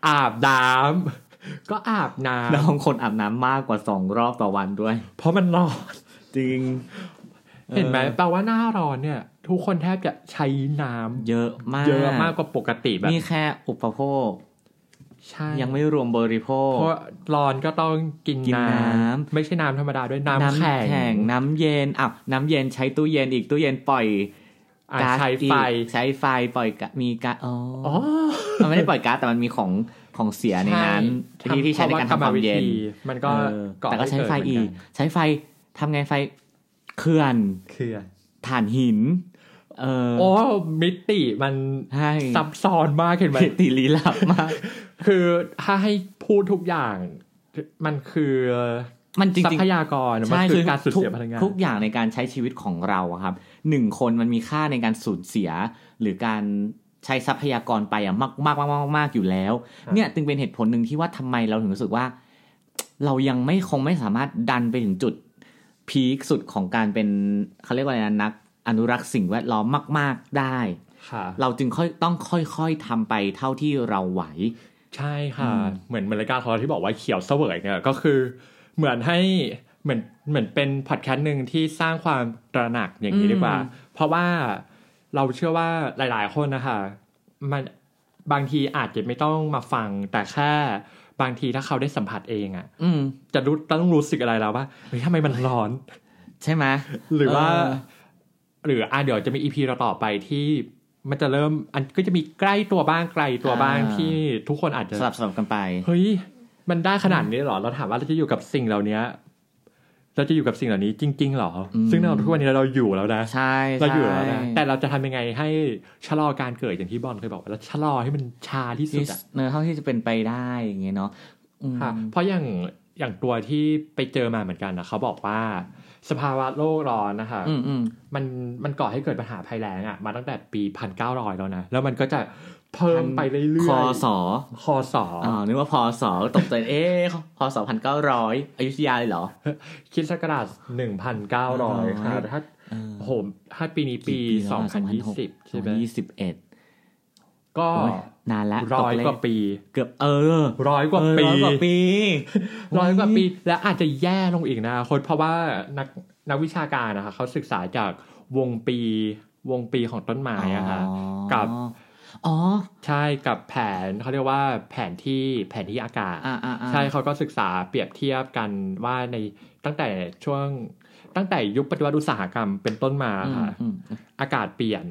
อาบน้ำ [laughs] ก็อาบน้ แล้วบางคนอาบน้ำมากกว่าสองรอบต่อวันด้วย ำเพราะมันร้อน จริง เห็นไหมแปลว่าหน้าร้อนเนี่ย ทุกคนแทบจะใช้น้ เยอะมาก ำเยอะมากกว่าปกติแบบ นี่แค่อุปโภค ใช่ ยังไม่รวมบริโภค เพราะร้อนก็ต้องกิน กิน น้ น้ำ ำไม่ใช่น้ำธรรมดาด้วยน้ำ น้ำ แข็ แข็ง ง น้ำเย็นอ้าวน้ำเย็นใช้ตู้เย็นอีกตู้เย็นปล่อย อ่ะ ก๊าซ ใช้ อีก ไฟ ใช้ไฟปล่อยก๊ามีก๊าซอ๋ออ อ๋อ มันไม่ได้ปล่อยก๊าซแต่มันมีของของเสียในนั้น ช่ ที่ที่ใช้ในการทำความเย็น พะกรรมวิธีมันก็ เออ อ แต่ก็ใช้ไฟ ให้ อี เด ก ใช้ไฟทำไงไฟเขื่อน เหมือนกันคือ ถ่านหิน เออ โอ้มิติมัน ใช่ ซับซ้อนมากเห็นไหม มิติลี้ลับมาก คือถ้าให้พูดทุกอย่างมันคือ มันจ ทรั ริง พยากร ๆ มัน ใช่ คือการสูญเสียพลังงาน ทุกอย่างในการใช้ชีวิตของเราอะครับหนึ่งคนมันมีค่าในการสูญเสีย หรือการใช้ทรัพยากรไปอะมากมากมากมากมากอยู่แล้ว ครับ เนี่ยจึงเป็นเหตุผลหนึ่งที่ว่าทำไมเราถึงรู้สึกว่า เรายังไม่คงไม่สามารถดันไปถึงจุดพีคสุดของการเป็นเขาเรียกว่าอะไรนะนัก อนุรักษ์สิ่งแวดล้อมมาก ๆได้ ค่ะ เราจึงค่อยต้องค่อยๆทำไปเท่าที่เราไหว ใช่ค่ะ อืม เหมือนเหมือนรายการของเราที่บอกว่าเขียวเสวยเนี่ยก็คือ เหมือนให้เหมือนเหมือนเป็นพอดแคสต์หนึ่งที่สร้างความตระหนักอย่างนี้ดีกว่า เพราะว่าเราเชื่อว่าหลายๆคนนะคะมันบางทีอาจจะไม่ต้องมาฟังแต่แค่บางทีถ้าเขาได้สัมผัสเองอะ อืม จะรู้ต้องรู้สึกอะไรแล้วว่าเฮ้ยทำไมมันร้อน ใช่ไหม หรือว่า เออ หรืออ่ะเดี๋ยวจะมีอีพีเราต่อไปที่มันจะเริ่มอันก็จะมีใกล้ตัวบ้างไกลตัวบ้างที่ทุกคนอาจจะ สลับสลับกันไป เฮ้ย มันได้ขนาดนี้เหรอ เราถามว่าเราจะอยู่กับสิ่งเหล่านี้ เราจะอยู่กับสิ่งเหล่านี้จริง ๆ เหรอ อืม ซึ่งเราทุกวันนี้เราอยู่แล้วนะ ใช่ เรา ใช่ อยู่แล้วนะ แต่เราจะทำยังไงให้ชะลอการเกิดอย่างที่บอลเคยบอกว่าเราชะลอให้มันชาที่สุ ที่ ดอะ เนื้อเท่าที่จะเป็นไปได้อย่างเงี้ยเนาะอืม ค่ะ เพราะอย่างอย่างตัวที่ไปเจอมาเหมือนกันนะเขาบอกว่า สภาวะโลกร้อนนะคะ อืมอืม มันมันก่อให้เกิดปัญหาภัยแล้งอะมาตั้งแต่ปี 1900 แล้วนะ แล้วมันก็จะเพิ่มไปเรื่อยๆ คอสอ คอสอ อ๋อนึกว่าพอสอตกใจ [laughs] เอ๊ะพอสอพันเก้าร้อยอยุธยาเลยเหรอ คริดสักราช1,900ค่ะถ้า เออ โอ้โหถ้าปีนี้ปี กี่แล้วอะ 2020 ใช่ไหม ยี่สิบเอ็ด ก็ นานแล้ว ร้อย ตเลข กว่าปี เกือบเออ ร้อยกว่าปี เออร้อยกว่าปี ร้อยกว่าปี และอาจจะแย่ลงอีกนะคนเพราะว่านักนักวิชาการนะคะเขาศึกษาจากวงปีวงปีของต้นไม้อะค่ะ อ๋อ กับ อ๋อ ใช่กับแผนเขาเรียกว่าแผนที่แผนที่อากาศ อ่าอ่าอ่า ใช่เขาก็ศึกษาเปรียบเทียบกันว่าในตั้งแต่ช่วงตั้งแต่ยุคปฏิวัติอุตสาหกรรมเป็นต้นมา อืม ค่ะ อืม อากาศเปลี่ยน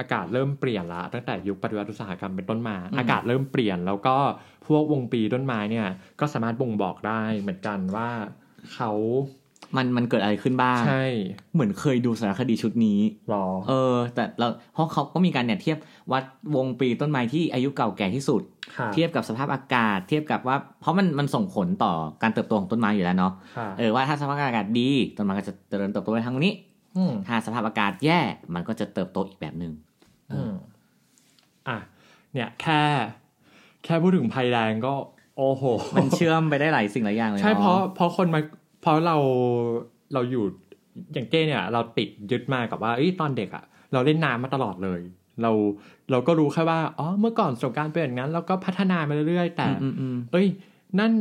อากาศเริ่มเปลี่ยนละตั้งแต่ยุคปฏิวัติอุตสาหกรรมเป็นต้นมา อืม อากาศเริ่มเปลี่ยน แล้วก็พวกวงปีต้นไม้เนี่ย ก็สามารถบ่งบอกได้เหมือนกันว่าเขา มันมันเกิดอะไรขึ้นบ้าง ใช่ เหมือนเคยดูสารคดีชุดนี้ หรอ เออ แต่เราเพราะเขาก็มีการเนี่ยเทียบวัดวงปีต้นไม้ที่อายุเก่าแก่ที่สุด ค่ะ เทียบกับสภาพอากาศ เทียบกับว่า เพราะมันมันส่งผลต่อการเติบโตของต้นไม้อยู่แล้วเนาะ ค่ะ เออว่าถ้าสภาพอากาศดีต้นไม้ก็จะเจริญเติบโตไปทางนี้ ม ถ้าสภาพอากาศแย่มันก็จะเติบโตอีกแบบหนึ่ง อืมอ่ะเนี่ยแค่ แค่พูดถึงภัยแรงก็โอ้โห มันเชื่อมไปได้หลายสิ่งหลายอย่างเลยน ใช่เพราะเพราะคนมาเพราะเราเราอยู่อย่างเจ้เนี่ย เราติดยึดมากับว่าเอ้ยตอนเด็กอะ่ะ เราเล่นน้ำมาตลอดเลย เราเราก็รู้แค่ว่าอ๋อเมื่อก่อนสงกรารเป็นอย่างนั้นแล้วก็พัฒนามาเรื่อยๆ แต่ อืมอืม เอ้ย นั่น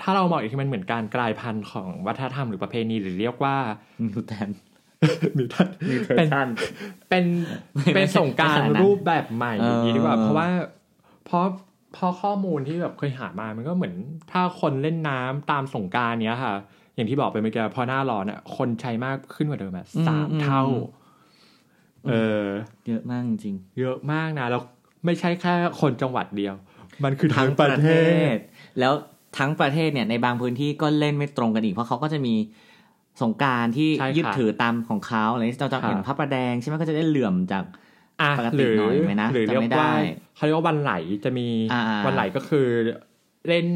ถ้าเรามองอีกทีมันเหมือนการกลายพันธุ์ของวัฒนธรรมหรือประเพณีหรือเรียกว่า อืมดูแทน มีท่านเป็นเป็น ไม่ เป็นสงกราไม่รขนาดนั้น รูปแบบใหม่อย่างนี้ดีกว่า เออ เพราะว่าเพราะเพราะข้อมูลที่แบบเคยหามามันก็เหมือน ถ้าคนเล่นน้ำตามสงกรารเนี้ยค่ะ อย่างที่บอกไปเมื่อกี้พอหน้าร้อนอ่ะคนใช้มากขึ้นกว่าเดิมอะสามเท่า เออ เยอะมากจริง เยอะมากนะแล้วไม่ใช่แค่คนจังหวัดเดียว มันคือ ๆ ทั้งประเทศ แล้วทั้งประเทศเนี่ยในบางพื้นที่ก็เล่นไม่ตรงกันอีกเพราะเขาก็จะมีสงกรารที่ ใช่ค่ะ ยึดถือตามของเขาอะไรที่เราจะเห็นพค่ะระประแดงใช่ไหมก็จะได้เหลื่อมจาก อ่ะ ปกติ หรือ หน่อยไหมนะ หรือ จำ เรีย ไม่ ก ได้ ว่าเขาเรียกว่าวันไหลจะมี อ่าๆ วันไหลก็คือเล่น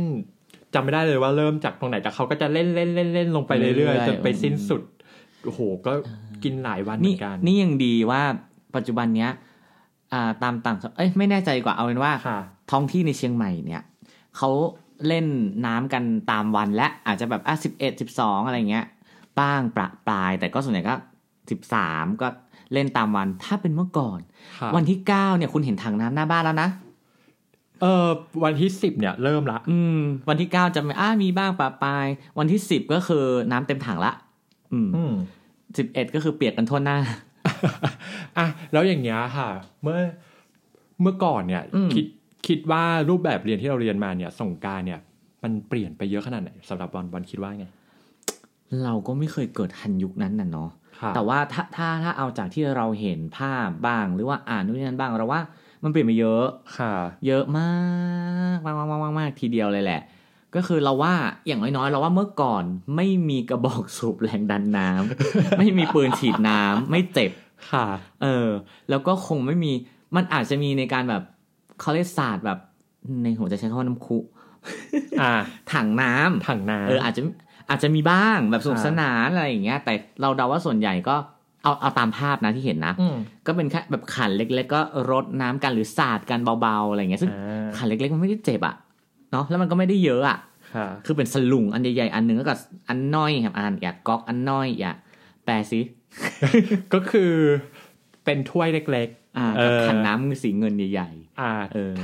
จำไม่ได้เลยว่าเริ่มจากตรงไหนแต่เขาก็จะเล่นเล่นเล่นเล่นลงไปเรื่อยๆจนไปสิ้นสุดโอ้โหก็กินหลายวันเหมื นี่ อนกัน นี่ยังดีว่าปัจจุบันเนี้ยอ่าตามต่างเอ้ยไม่แน่ใจดีกว่าเอาเป็นว่า ค่ะ ท้องที่ในเชียงใหม่เนี่ยเขาเล่นน้ำกันตามวันและอาจจะแบบอ่ะสิบเอ็ดสิบสองอะไรเงี้ย บ้างประปราย แต่ก็ส่วนใหญ่ก็สิบสามก็เล่นตามวันถ้าเป็นเมื่อก่อน ค่ะ วันที่เก้าเนี่ยคุณเห็นถังน้ำหน้าบ้านแล้วนะ เออวันที่สิบเนี่ยเริ่มละ อืม วันที่เก้าจะไม่อ่ามีบ้างประปราย วันที่สิบก็คือน้ำเต็มถังละ อืม อืม สิบเอ็ดก็คือเปียกกันทั่วหน้า [laughs] อ่ะแล้วอย่างเงี้ยค่ะ เมื่อเมื่อก่อนเนี่ย อืม คิดคิดว่ารูปแบบเรียนที่เราเรียนมาเนี่ยสงกรารเนี่ย มันเปลี่ยนไปเยอะขนาดไหนสำหรับบอลบอลคิดว่าไง เราก็ไม่เคยเกิดทันยุคนั้นน่ะเนาะ ค่ะ แต่ว่าถ้าถ้าถ้าเอาจากที่เราเห็นภาพบ้างหรือว่าอ่านนู่นนี่นั่นบ้างเราว่ามันเปลี่ยนไปเยอะ ค่ะ เยอะมากมากมากมากมากมากทีเดียวเลยแหละ ก็คือเราว่าอย่างน้อยๆ เราว่าเมื่อ [laughs] ก่อนไม่มีกระบอกสูบแรงดันน้ำ ไม่มีปืนฉีดน้ำไม่เจ็บ ค่ะ เออ แล้วก็คงไม่มีมันอาจจะมีในการแบบเขาเรียกศาสตร์แบบในหัวจะใช้คำว่าน้ำคุ อ่า ถังน้ำ ถังน้ำ เอออาจจะอาจจะมีบ้างแบบสนุก อ่า สนานอะไรอย่างเงี้ย แต่เราเดาว่าส่วนใหญ่ก็เอาเอาตามภาพนะที่เห็นนะ ม ก็เป็นแค่แบบขันเล็ก ๆ ก็รดน้ำกันหรือสาดกันเบาๆอะไรอย่างเงี้ยซึ่ง อ่า ขันเล็ก ๆ มันไม่ได้เจ็บอะเนาะแล้วมันก็ไม่ได้เยอะอะ ค่ะ คือเป็นสลุงอันใหญ่ๆอันหนึ่งแล้วก็อันน้อยครับอันอย่ากก๊อกอันน้อยอย่าแปลสิ ก็คือเป็นถ้วยเล็ก อ่า เออ ขันน้ำสีเงินใหญ่ ๆ อ่า ๆเออ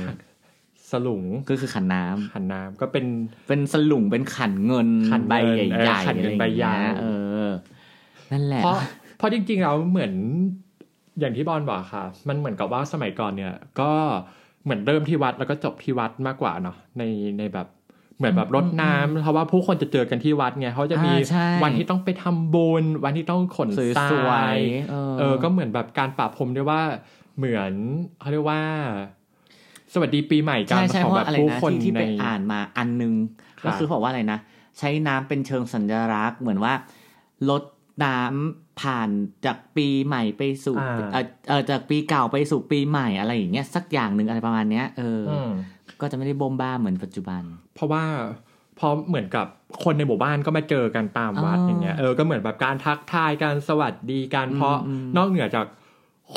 สลุง ก็คือขันน้ำ ขันน้ำก็เป็น เป็นสลุงเป็นขันเงิน ขันเงิน ใบเอให อ ญ่ๆ ขันเงินใบใหญ่ อะไรอย่างเงี้ยเออ นั่นแหละ เพราะเพราะจริงๆแล้วเหมือนอย่างที่บอลบอกค่ะ มันเหมือนกับว่าสมัยก่อนเนี่ย ก็เหมือนเริ่มที่วัดแล้วก็จบที่วัดมากกว่าเนาะในในแบบเหมือนแบบรดน้ำเพราะว่าผู้คนจะเจอกันที่วัดไงเขาจะมี อ่าใช่ วันที่ต้องไปทำบุญวันที่ต้องขน ส ท ว รายย ๆเออ เออก็เหมือนแบบการปราบพรมด้วยว่าเหมือนเขาเรียกว่า สวัสดีปีใหม่กั ใช่ น ใช่ ขอ เพ ง ราะ แบบ อะไร ผู้ นะ คน ที่ที่ ใน ไปอ่านมาอันนึง ค่ะ ก็คือบอกว่าอะไรนะ ใช้น้ำเป็นเชิงสัญลักษณ์เหมือนว่าลดน้ำผ่านจากปีใหม่ไปสู่ อ่า เออเออจากปีเก่าไปสู่ปีใหม่อะไรอย่างเงี้ยสักอย่างหนึ่งอะไรประมาณเนี้ยเอออ อืม ก็จะไม่ได้บ่มบ้าเหมือนปัจจุบัน เพราะว่าพอเหมือนกับคนในหมู่บ้านก็มาเจอกันตามวัด อ๋อ อ อย่าง เงี้ยเออก็เหมือนแบบการทักทายการสวัสดีการ อืม เพราะ อืม นอกเหนือจาก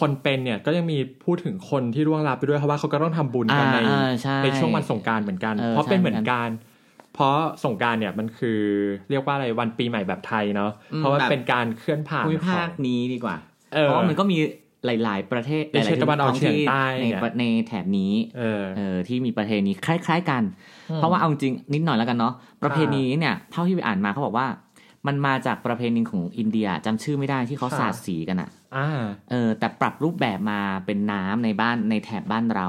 คนเป็นเนี่ยก็ยังมีพูดถึงคนที่ร่วงลับไปด้วยเพราะว่าเขาก็ต้องทำบุญ อ่า กันใน อ่าใช่ ในช่วงวันสงกรารเหมือนกัน เออ เพราะ ใช่ เป็นเหมือนกัน เพราะสงกรารเนี่ยมันคือเรียกว่าอะไรวันปีใหม่แบบไทยเนาะเพราะว่าเป็นการเคลื่อนผ่าน ภูมิภาค ของ นี้ดีกว่า เออ เพราะว่ามันก็มีหลาย ๆ ประเทศห เอ ลา เชี ย ย ๆ ตะวันออก ท้ เฉียงใต้ ใน เนี่ย ประในแถบนี้ เออ เออที่มีประเพณีคล้าย ๆ กัน อืม เพราะว่าเอาจริงนิดหน่อยแล้วกันเนาะประเพณีนี้เนี่ยเท่าที่ไปอ่านมาเขาบอกว่า มันมาจากประเพณีของอินเดียจำชื่อไม่ได้ที่เขา ค่ะ สาดสีกันอะ อ่า เออแต่ปรับรูปแบบมาเป็นน้ำในบ้านในแถบบ้านเรา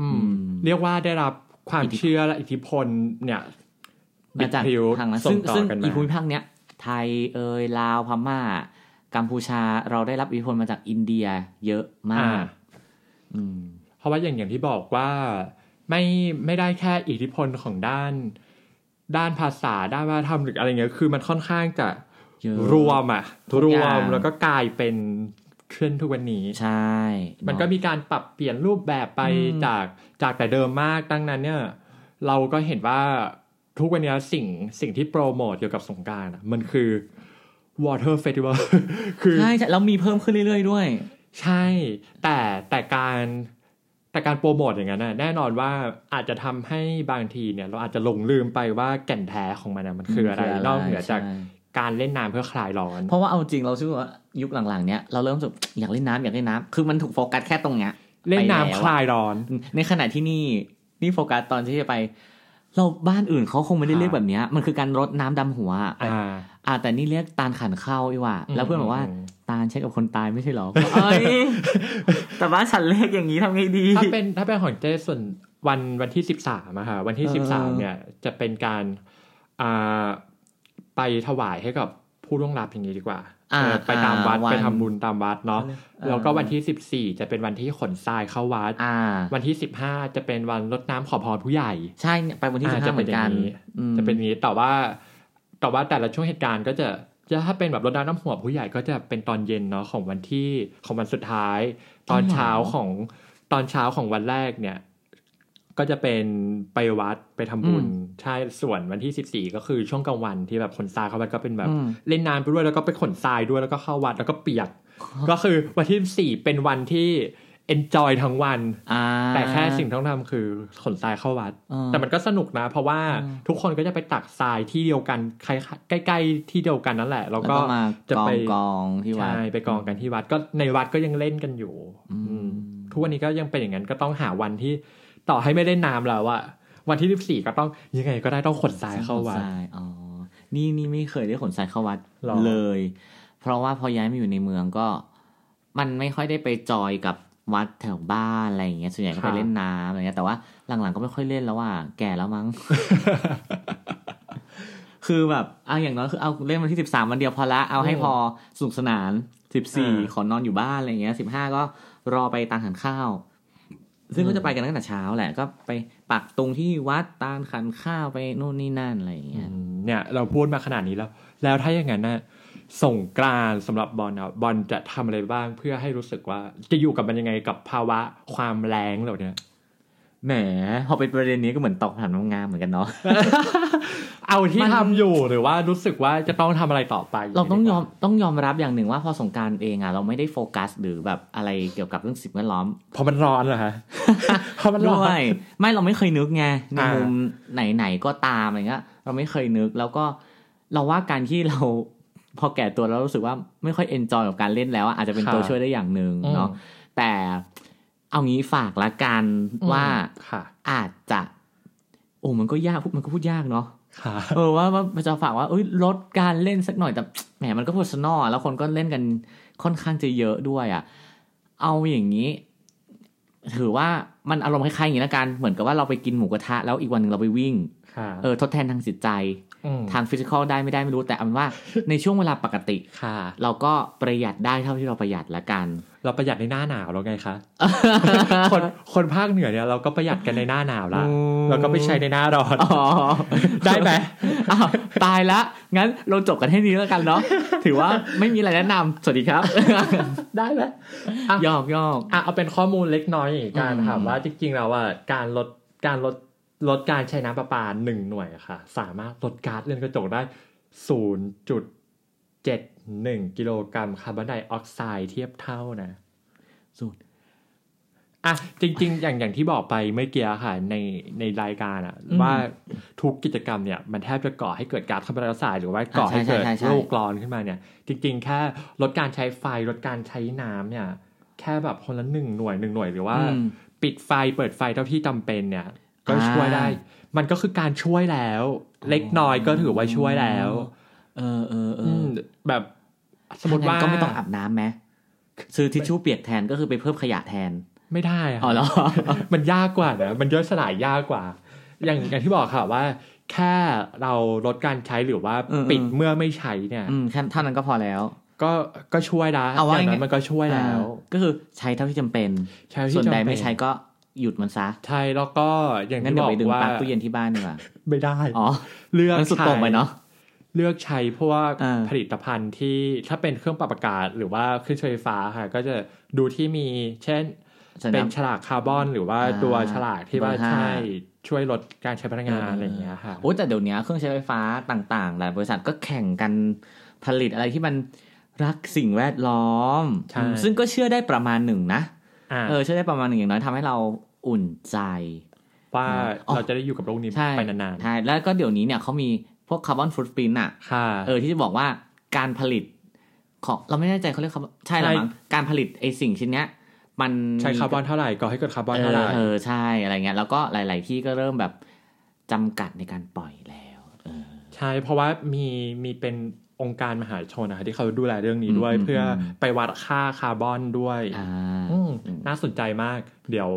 อื อื ม ม เรียกว่าได้รับความเชื่อและอิทธิพลเนี่ย บิ มา ด จาก พริ้ว ทางนั้น ส่ ซึ่ ง ง ต่อ ซึ่ง กันมา อีภูมิภาคเนี้ยไทยเอยลาวพม่า กัมพูชาเราได้รับอิทธิพลมาจากอินเดียเยอะมา อ่า กอืม เพราะว่าอย่างอย่างที่บอกว่าไม่ไม่ได้แค่อิทธิพลของด้าน ด้านภาษาด้านวัฒนธรรมหรืออะไรเงี้ยคือมันค่อนข้างจะ เยอะ รวมอะ ทุกอรว ย่าง มแล้วก็กลายเป็นเคลื่อนทุกวันนี้ ใช่เอะ มันก็มีการปรับเปลี่ยนรูปแบบไป อืม จากจากแต่เดิมมากดังนั้นเนี่ยเราก็เห็นว่าทุกวันนี้สิ่งสิ่งที่โปรโมทเกี่ยวกับสงกรารอะมันคือ water festival [laughs] คือ ใช่ใช่แล้วมีเพิ่มขึ้นเรื่อย ๆ ด้วย ใช่ แต่แต่การแต่การโปรโมทอย่างนั้นน่ะแน่นอนว่าอาจจะทำให้บางทีเนี่ย เราอาจจะหลงลืมไปว่าแก่นแท้ของมันนะมันคืออะไร นอกเหนือจาก ใช่ การเล่นน้ำเพื่อคลายร้อน เพราะว่าเอาจริงเราชื่อว่ายุคหลังๆเนี้ยเราเริ่มรู้สึกอยากเล่นน้ำอยากเล่นน้ำคือมันถูกโฟกัสแค่ตรงเนี้ย เล่นไปน้ำแล้ว คลายร้อน อืมในขณะที่นี่นี่โฟกัสตอนที่จะไป เราบ้านอื่นเขาคงไม่ได้เรียก ค่ะ แบบเนี้ยมันคือการรดน้ำดำหัวอะ อ่า อ่าแต่นี่เรียกตาลขันเข้าอีหว่า แล้วเพื่อนบอกว่า ม ตาลเช็คกับคนตายไม่ใช่หรอก็เอ้ยแต่ว่าฉันเรียกอย่างนี้ทำไงดี ถ้าเป็นถ้าเป็นของเจส่วนวันวันที่สิบสามอะค่ะวันที่ เออ สิบสามเนี่ย จะเป็นการอ่าไปถวายให้กับผู้ร่วงลับอย่างนี้ดีกว่า อ่า เออไปตามวัด อ่ ไปทำบุญตามวัดเนาะ เออ แล้วก็วันที่สิบสี่จะเป็นวันที่ขนทรายเข้าวัด อ่า วันที่สิบห้าจะเป็นวันรดน้ำขอพรผู้ใหญ่ ใช่เนี่ยไปวันที่สิอ่าบ จะ ห้าเหมือนเป็นกัน อย่างนี้ อืม จะเป็นอย่างนี้แต่ว่าแต่ว่าแต่ละช่วงเหตุการณ์ก็จะจะถ้าเป็นแบบรดน้ำน้ำหัวผู้ใหญ่ก็จะเป็นตอนเย็นเนาะของวันที่ของวันสุดท้าย ตอน อ๋อเหรอ เช้าของตอนเช้าของวันแรกเนี่ย ก็จะเป็นไปวัดไปทำบุญใช่ส่วนวันที่สิบสี่ก็คือช่วงกลางวันที่แบบขนทรายเข้าวัดก็เป็นแบบ อืม เล่นน้ำไปด้วยแล้วก็ไปขนทรายด้วยแล้วก็เข้าวัดแล้วก็เปียก ก็คือวันที่สี่เป็นวันที่ enjoy ทั้งวัน อ่า แต่แค่สิ่งที่ต้องทำคือขนทรายเข้าวัด อ่า แต่มันก็สนุกนะ เพราะว่า อืม ทุกคนก็จะไปตักทรายที่เดียวกันใกล้ใกล้ๆที่เดียวกันนั่นแหละ แล้ว แล้ว ก็ ก็มา จะ กอง ไป กองที่วัด ใช่ไปกองกันที่วัดก็ในวัดก็ยังเล่นกันอยู่ อืม อืมทุกวันนี้ก็ยังเป็นอย่างนั้นก็ต้องหาวันที่ต่อให้ไม่เล่นน้ำแล้วอะวันที่สิบสี่ก็ต้องยังไงก็ได้ต้องขนทรายเข้าวัขดนทรยอ๋อ นี่นี่ไม่เคยได้ขนทรายเข้าวัด หรอ เลย เพราะว่าพอย้ายมาอยู่ในเมืองก็ มันไม่ค่อยได้ไปจอยกับวัดแถวบ้านอะไรอย่างเงี้ย ส่วนใหญ่ก็ไปเล่นน้ำอะไรเงี้ย แต่ว่าหลังๆก็ไม่ค่อยเล่นแล้วว่า แก่แล้วมั้ง [laughs] คือแบบเอาอย่างน้อยคือเอาเล่นวันที่สิบสามวันเดียวพอละ เอาให้พอสนุกสนานสิบสี่ อ่า ขอนอนอยู่บ้านอะไรเงี้ยสิบห้าก็รอไปตามหันข้าว ซึ่งก็จะไปกันตั้งแต่เช้าแหละก็ไปปักตรงที่วัดตามขันข้าวไปนู่นนี่นั่นอะไรอย่างเงี้ย อืมเนี่ยเราพูดมาขนาดนี้แล้ว แล้วถ้าอย่างนั้นนะ ส่งกรานต์สำหรับบอลนะบอลจะทำอะไรบ้างเพื่อให้รู้สึกว่า จะอยู่กับมันยังไงกับภาวะความแรงเหล่าเนี้ย แหมพอเป็นประเด็นนี้ก็เหมือนตอกถามน้องงามเหมือนกันเนาะ เอาที่ มัน ทำอยู่หรือว่ารู้สึกว่าจะต้องทำอะไรต่อไป เราต้องยอมต้องยอมรับอย่างหนึ่งว่าพอสงกรารเองอ่ะเราไม่ได้โฟกัสหรือแบบอะไรเกี่ยวกับเรื่องสิ่งแวดล้อม เพราะมันร้อนเหรอฮะ [laughs] เพราะมันร้ ด้ อ วน ย ไม่เราไม่เคยนึกไงใน อ่ามุ มุมไหนๆก็ตามอะไรเงี้ยเราไม่เคยนึกแล้วก็เราว่าการที่เรา พอแก่ตัวแล้วรู้สึกว่าไม่ค่อยเอนจอยกับการเล่นแล้วอะอาจจะเป็นตัวช่วยได้อย่างหนึ่งเนาะแต่เอางี้ฝากละกัน อืม ว่า ค่ะ อาจจะ โอ้มันก็ยากพูดมันก็พูดยากเนาะ ค่ะ เออว่าว่าจะฝากว่าเอ้ยลดการเล่นสักหน่อยแต่ แหมมันก็ personal อะแล้วคนก็เล่นกันค่อนข้างจะเยอะด้วยอ่ะ เอาอย่างนี้ ถือว่ามันอารมณ์คล้ายๆอย่างนี้ละกัน เหมือนกับว่าเราไปกินหมูกระทะแล้วอีกวันหนึ่งเราไปวิ่ง ค่ะ เออทดแทนทางจิตใจ ม ทางฟิสิกอลได้ไม่ได้ไม่รู้แต่เอาเป็นว่า ในช่วงเวลาปกติ ค่ะ เราก็ประหยัดได้เท่าที่เราประหยัดละกัน เราประหยัดในหน้าหนาวแล้วไงคะ [laughs] คนคนภาคเหนือเนี่ยเราก็ประหยัดกันในหน้าหนาวละ อืม เราก็ไม่ใช้ในหน้าร้อน อ๋อ ได้ไหม อ้าวตายละ งั้นเราจบกันให้นี้แล้วกันเนาะถือว่าไม่มีอะไรแนะนำสวัสดี [laughs] ครับ ได้ไหม ยอกยอก อ่ะเอาเป็นข้อมูลเล็กน้อยอย่างนี้การ อืม ถามว่าจริงๆแล้วอ่ะการลดการลดลดการใช้น้ำประปาหนึ่งหน่วยอะค่ะ สามารถลดก๊าซเรือนกระจกได้ 0.71 กิโลกรัมคาร์บอนไดออกไซด์เทียบเท่านะ สูตร อ่ะจริงๆ อย่างอย่างที่บอกไปเมื่อกี้ค่ะในในรายการอะ อืม ว่าทุกกิจกรรมเนี่ยมันแทบจะก่อให้เกิดก๊าซคาร์บอนไดออกไซด์หรือว่าก่อให้ อ่าใช่ เกิด ใช่ใช่ โลกร้อนขึ้นมาเนี่ย จริง ๆ แค่ลดการใช้ไฟลดการใช้น้ำเนี่ย แค่แบบคนละหนึ่งหน่วยหนึ่งหน่วยหรือว่า อืม ปิดไฟเปิดไฟเท่าที่จำเป็นเนี่ย ก็ อ่า ช่วยได้ มันก็คือการช่วยแล้ว เล็กน้อยก็ถือว่าช่วยแล้ว เออเออเอ อื อ มแบบสมมติ ถ้งั้ ว่าน ก็ไม่ต้องอาบน้ำไหมซื้อทิชชู่เปียกแทนก็คือไปเพิ่มขยะแทน ไม่ได้อะ อ๋อเหรอ มันยากกว่านะมันย่อยสลายยากกว่า อย่างอย่างที่บอกค่ะว่า แค่เราลดการใช้หรือว่า เออๆ ปิดเมื่อไม่ใช้เนี่ย อืมแค่เท่านั้นก็พอแล้ว ก็ก็ช่วยนะอ เอาว่า ย่างนั้ ไง นมันก็ช่วยแล้ว อ่าก็คือใช้เท่าที่จำเป็น ใช้ที่ ส่วนใด จำเป็ ไม่ใช้ก็หยุดมันซะ ใช่แล้วก็อย่าง งั้น ที่ เดี๋ บ ย อ วไปกดึงปว่าลั๊กตู้เย็นที่บ้านดีกว่า ไม่ได้ อ๋อ เลือก มันสุดโต่งไปเนาะ เลือกใช้พวก อ่า ผลิตภัณฑ์ที่ถ้าเป็นเครื่องปรับอากาศหรือว่าเครื่องใช้ไฟฟ้าค่ะ ก็จะดูที่มีเช่น สัญ เป็ ญาณ นฉลากคาร์บอนหรือว่า อ่า ตัวฉลากที่ว่า เบอร์ห้า ใช่ช่วยลดการใช้พลังงานอะไรอย่างเงี้ยค่ะ โอ้แต่เดี๋ยวนี้เครื่องใช้ไฟฟ้าต่างๆ หลายบริษัทก็แข่งกันผลิตอะไรที่มันรักสิ่งแวดล้อม ใช่ ซึ่งก็เชื่อได้ประมาณหนึ่งนะ อ่า เออเชื่อได้ประมาณหนึ่งอย่างน้อยทำให้เราอุ่นใจ ว่า อ๋อ เราจะได้อยู่กับโลกนี้ ใช่ ไปนาน ใช่แล้วก็เดี๋ยวนี้เนี่ยเขามีพวกคาร์บอนฟุตปรินต์อ่ะ ๆ ค่ะ เออที่จะบอกว่าการผลิตของเราไม่แน่ใจเขาเรียกคาร์บอนใช่หรือ ใช่ มั้งการผลิตไอสิ่งชิ้นเนี้ย มัน ใช้คาร์บอนเท่าไหร่ก่อให้เกิดคาร์บอน เอ เท่า อ ไหร่ เออใช่อะไรเงี้ยแล้วก็หลาย ๆ ที่ก็เริ่มแบบจำกัดในการปล่อยแล้วเออ ใช่เพราะว่ามีมีเป็นองค์การมหาชนนะคะที่เขาดูแลเรื่องนี้ด้วย อืม เพื่ออ ม ไปวัดค่าคาร์บอนด้วย อ่า อืม อืม น่าสนใจมาก เดี๋ยว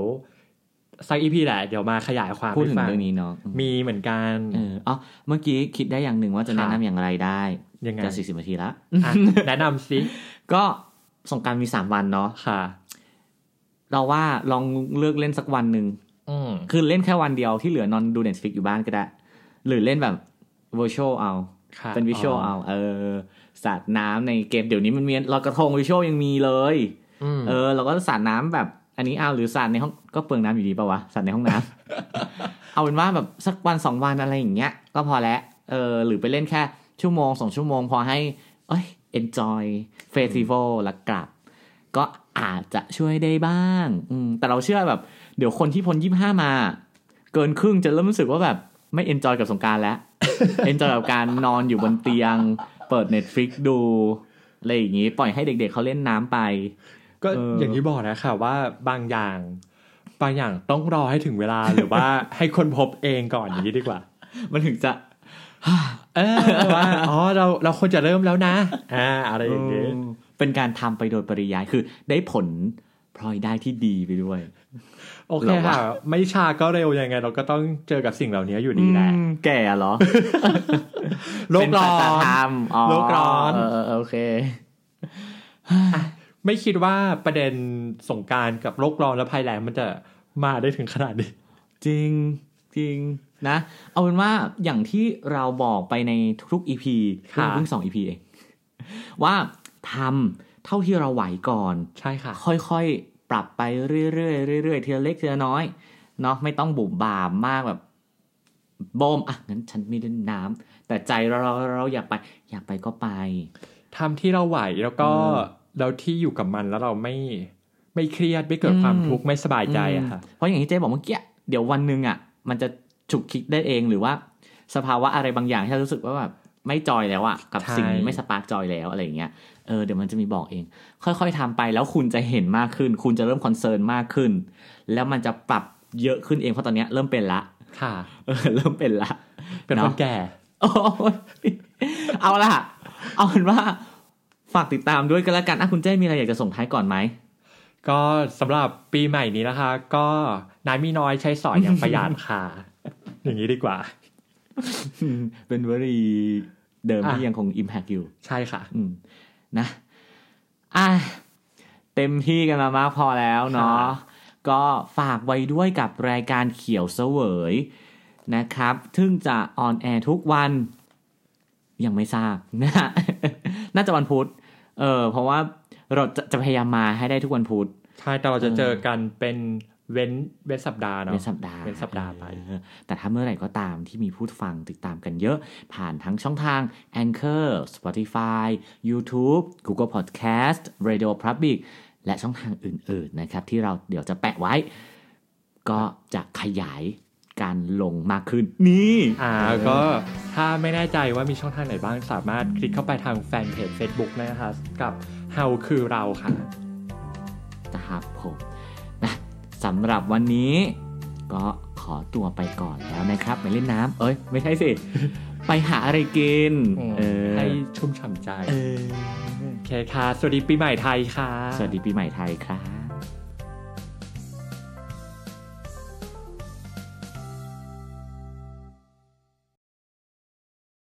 สักอีพีแหละ เดี๋ยวมาขยายความ พูด ให้ ถึง ฟัง เรื่องนี้เนาะ มีเหมือนกัน เอออ๋อเมื่อกี้คิดได้อย่างหนึ่งว่าจะ ค่ะ แนะนำอย่างไรได้ ยังไง จะสี่สิบนาทีละ อ่ะ [laughs] แนะนำสิ ก็สงกรารมีสามวันเนาะ ค่ะ เราว่าลองเลือกเล่นสักวันหนึ่ง อืม คือเล่นแค่วันเดียวที่เหลือนอนดู Netflix อยู่บ้านก็ได้ หรือเล่นแบบ virtual เอา ค่ะ เป็น visual เอา เออสาดน้ำในเกมเดี๋ยวนี้มันมีลอยกระทง visual ยังมีเลย อืม เออเราก็สาดน้ำแบบอันนี้เอาหรือสาดในห้องก็เปลืองน้ำอยู่ดีปะวะสาดในห้องน้ำ [laughs] เอาเป็นว่าแบบสักวันสองวันอะไรอย่างเงี้ย ก็พอแล้วเออหรือไปเล่นแค่ชั่วโมงสองชั่วโมงพอให้ เอ้ย enjoy festival แล้วกลับ ก็อาจจะช่วยได้บ้างอืมแต่เราเชื่อแบบ เดี๋ยวคนที่พ้นยี่ห้ามา เกินครึ่งจะเริ่มรู้สึกว่าแบบไม่ enjoy กับสงกรารแล้ว [laughs] enjoy กับการนอนอยู่บนเตียง เปิด Netflix ดูอะไรอย่างงี้ปล่อยให้เด็ก ๆเขาเล่นน้ำไป ก็ เอออ อย่างที่บอกนะค่ะว่าบางอย่าง บางอย่างต้องรอให้ถึงเว [laughs] ลาหรือว่าให้คนพบเองก่อนอย่างนี้ดีกว่า มันถึงจะ เออว่าอ๋อเราเราควรจะเริ่มแล้วนะ อ่า อะไรอย่างเงี้ย เป็นการทำไปโดยปริยายคือได้ผลพลอยได้ที่ดีไปด้วย โอเค เหรอวะ ค่ะ ไม่ช้าก็เร็วยังไง เราก็ต้องเจอกับสิ่งเหล่านี้อยู่ดีแหละ อืมแก่เหรอ โลกร้อน เป็สัจธรรมอ๋อ โลกร้อน เเเโอเค ไม่คิดว่าประเด็นสงกรารกับโลกร้อนและภัยแล้งมันจะมาได้ถึงขนาดนี้ จริงจริงนะ เอาเป็นว่าอย่างที่เราบอกไปในทุกๆ EP ค่ะ เพิ่งสอง EP เอง ว่าทำเท่าที่เราไหวก่อน ใช่ค่ะ ค่อยๆ ปรับไปเรื่อยๆเรื่อยๆทีละเล็กทีละน้อยเนาะไม่ต้องบุ่มบามมากแบบโบมอ่ะงั้นฉันไม่เล่นน้ำแต่ใจเราเราเราอยากไป อยากไปก็ไป ทำที่เราไหวแล้วก็ อืม แล้วที่อยู่กับมันแล้วเราไม่ไม่เครียดไม่เกิดความ อืม ทุกข์ไม่สบายใจอะค่ะ เพราะอย่างที่เจ๊บอกเมื่อกี้เดี๋ยววันหนึ่งอ่ะ มันจะฉุกคิดได้เองหรือว่า สภาวะอะไรบางอย่างที่เรารู้สึกว่าแบบไม่จอยแล้วอ่ะกับ ใช่ สิ่งนี้ไม่สปาร์กจอยแล้วอะไรอย่างเงี้ยเออเดี๋ยวมันจะมีบอกเอง ค่อยๆทำไปแล้วคุณจะเห็นมากขึ้น คุณจะเริ่มคอนเซิร์นมากขึ้น แล้วมันจะปรับเยอะขึ้นเองเพราะตอนเนี้ยเริ่มเป็นละ [laughs] ค่ะ เออเริ่มเป็นละ เป็นคนแก่ โอ้ยเอาล่ะ เอาเป็นว่า ฝากติดตามด้วยกันละกันอ่ะคุณเจ้มีอะไรอยากจะส่งท้ายก่อนไหม ก็สำหรับปีใหม่นี้นะคะ ก็น้ำมีน้อยใช้สอยอย่างประหยัดค่ะ [laughs] อย่างนี้ดีกว่า เป็นวลีเดิมที่ อ่ะ ยังคง Impact อยู่ ใช่ค่ะ อืมนะ อ่ะ เต็มที่กันมามากพอแล้วเนาะ ค่ะ ก็ฝากไว้ด้วยกับรายการเขียวเสวยนะครับ ซึ่งจะออนแอร์ทุกวัน ยังไม่ทราบนะ น่าจะวันพุธ เออ เพราะว่าเราจะจะพยายามมาให้ได้ทุกวันพุธ ใช่แต่เราจะเจอกันเป็นเว้นเว้นสัปดาห์เนาะ เป็นสัปดาห์ เป็นสัปดาห์ไป เออแต่ถ้าเมื่อไหร่ก็ตามที่มีผู้ฟังติดตามกันเยอะ ผ่านทั้งช่องทาง Anchor Spotify YouTube Google Podcast Radio Public และช่องทางอื่น ๆ นะครับ ที่เราเดี๋ยวจะแปะไว้ ก็จะขยายการลงมากขึ้น นี่ อ่าก็ถ้าไม่แน่ใจว่ามีช่องทางไหนบ้างสามารถคลิกเข้าไปทางแฟนเพจ Facebook นะคะกับ How คือเราค่ะ นะครับผมนะสำหรับวันนี้ ก็ขอตัวไปก่อนแล้วนะครับ ไปเล่นน้ำเอ้ย ไม่ใช่สิ ไปหาอะไรกินเออ ให้ชุ่มฉ่ำใจ โอเคค่ะ สวัสดีปีใหม่ไทยค่ะ สวัสดีปีใหม่ไทยครับ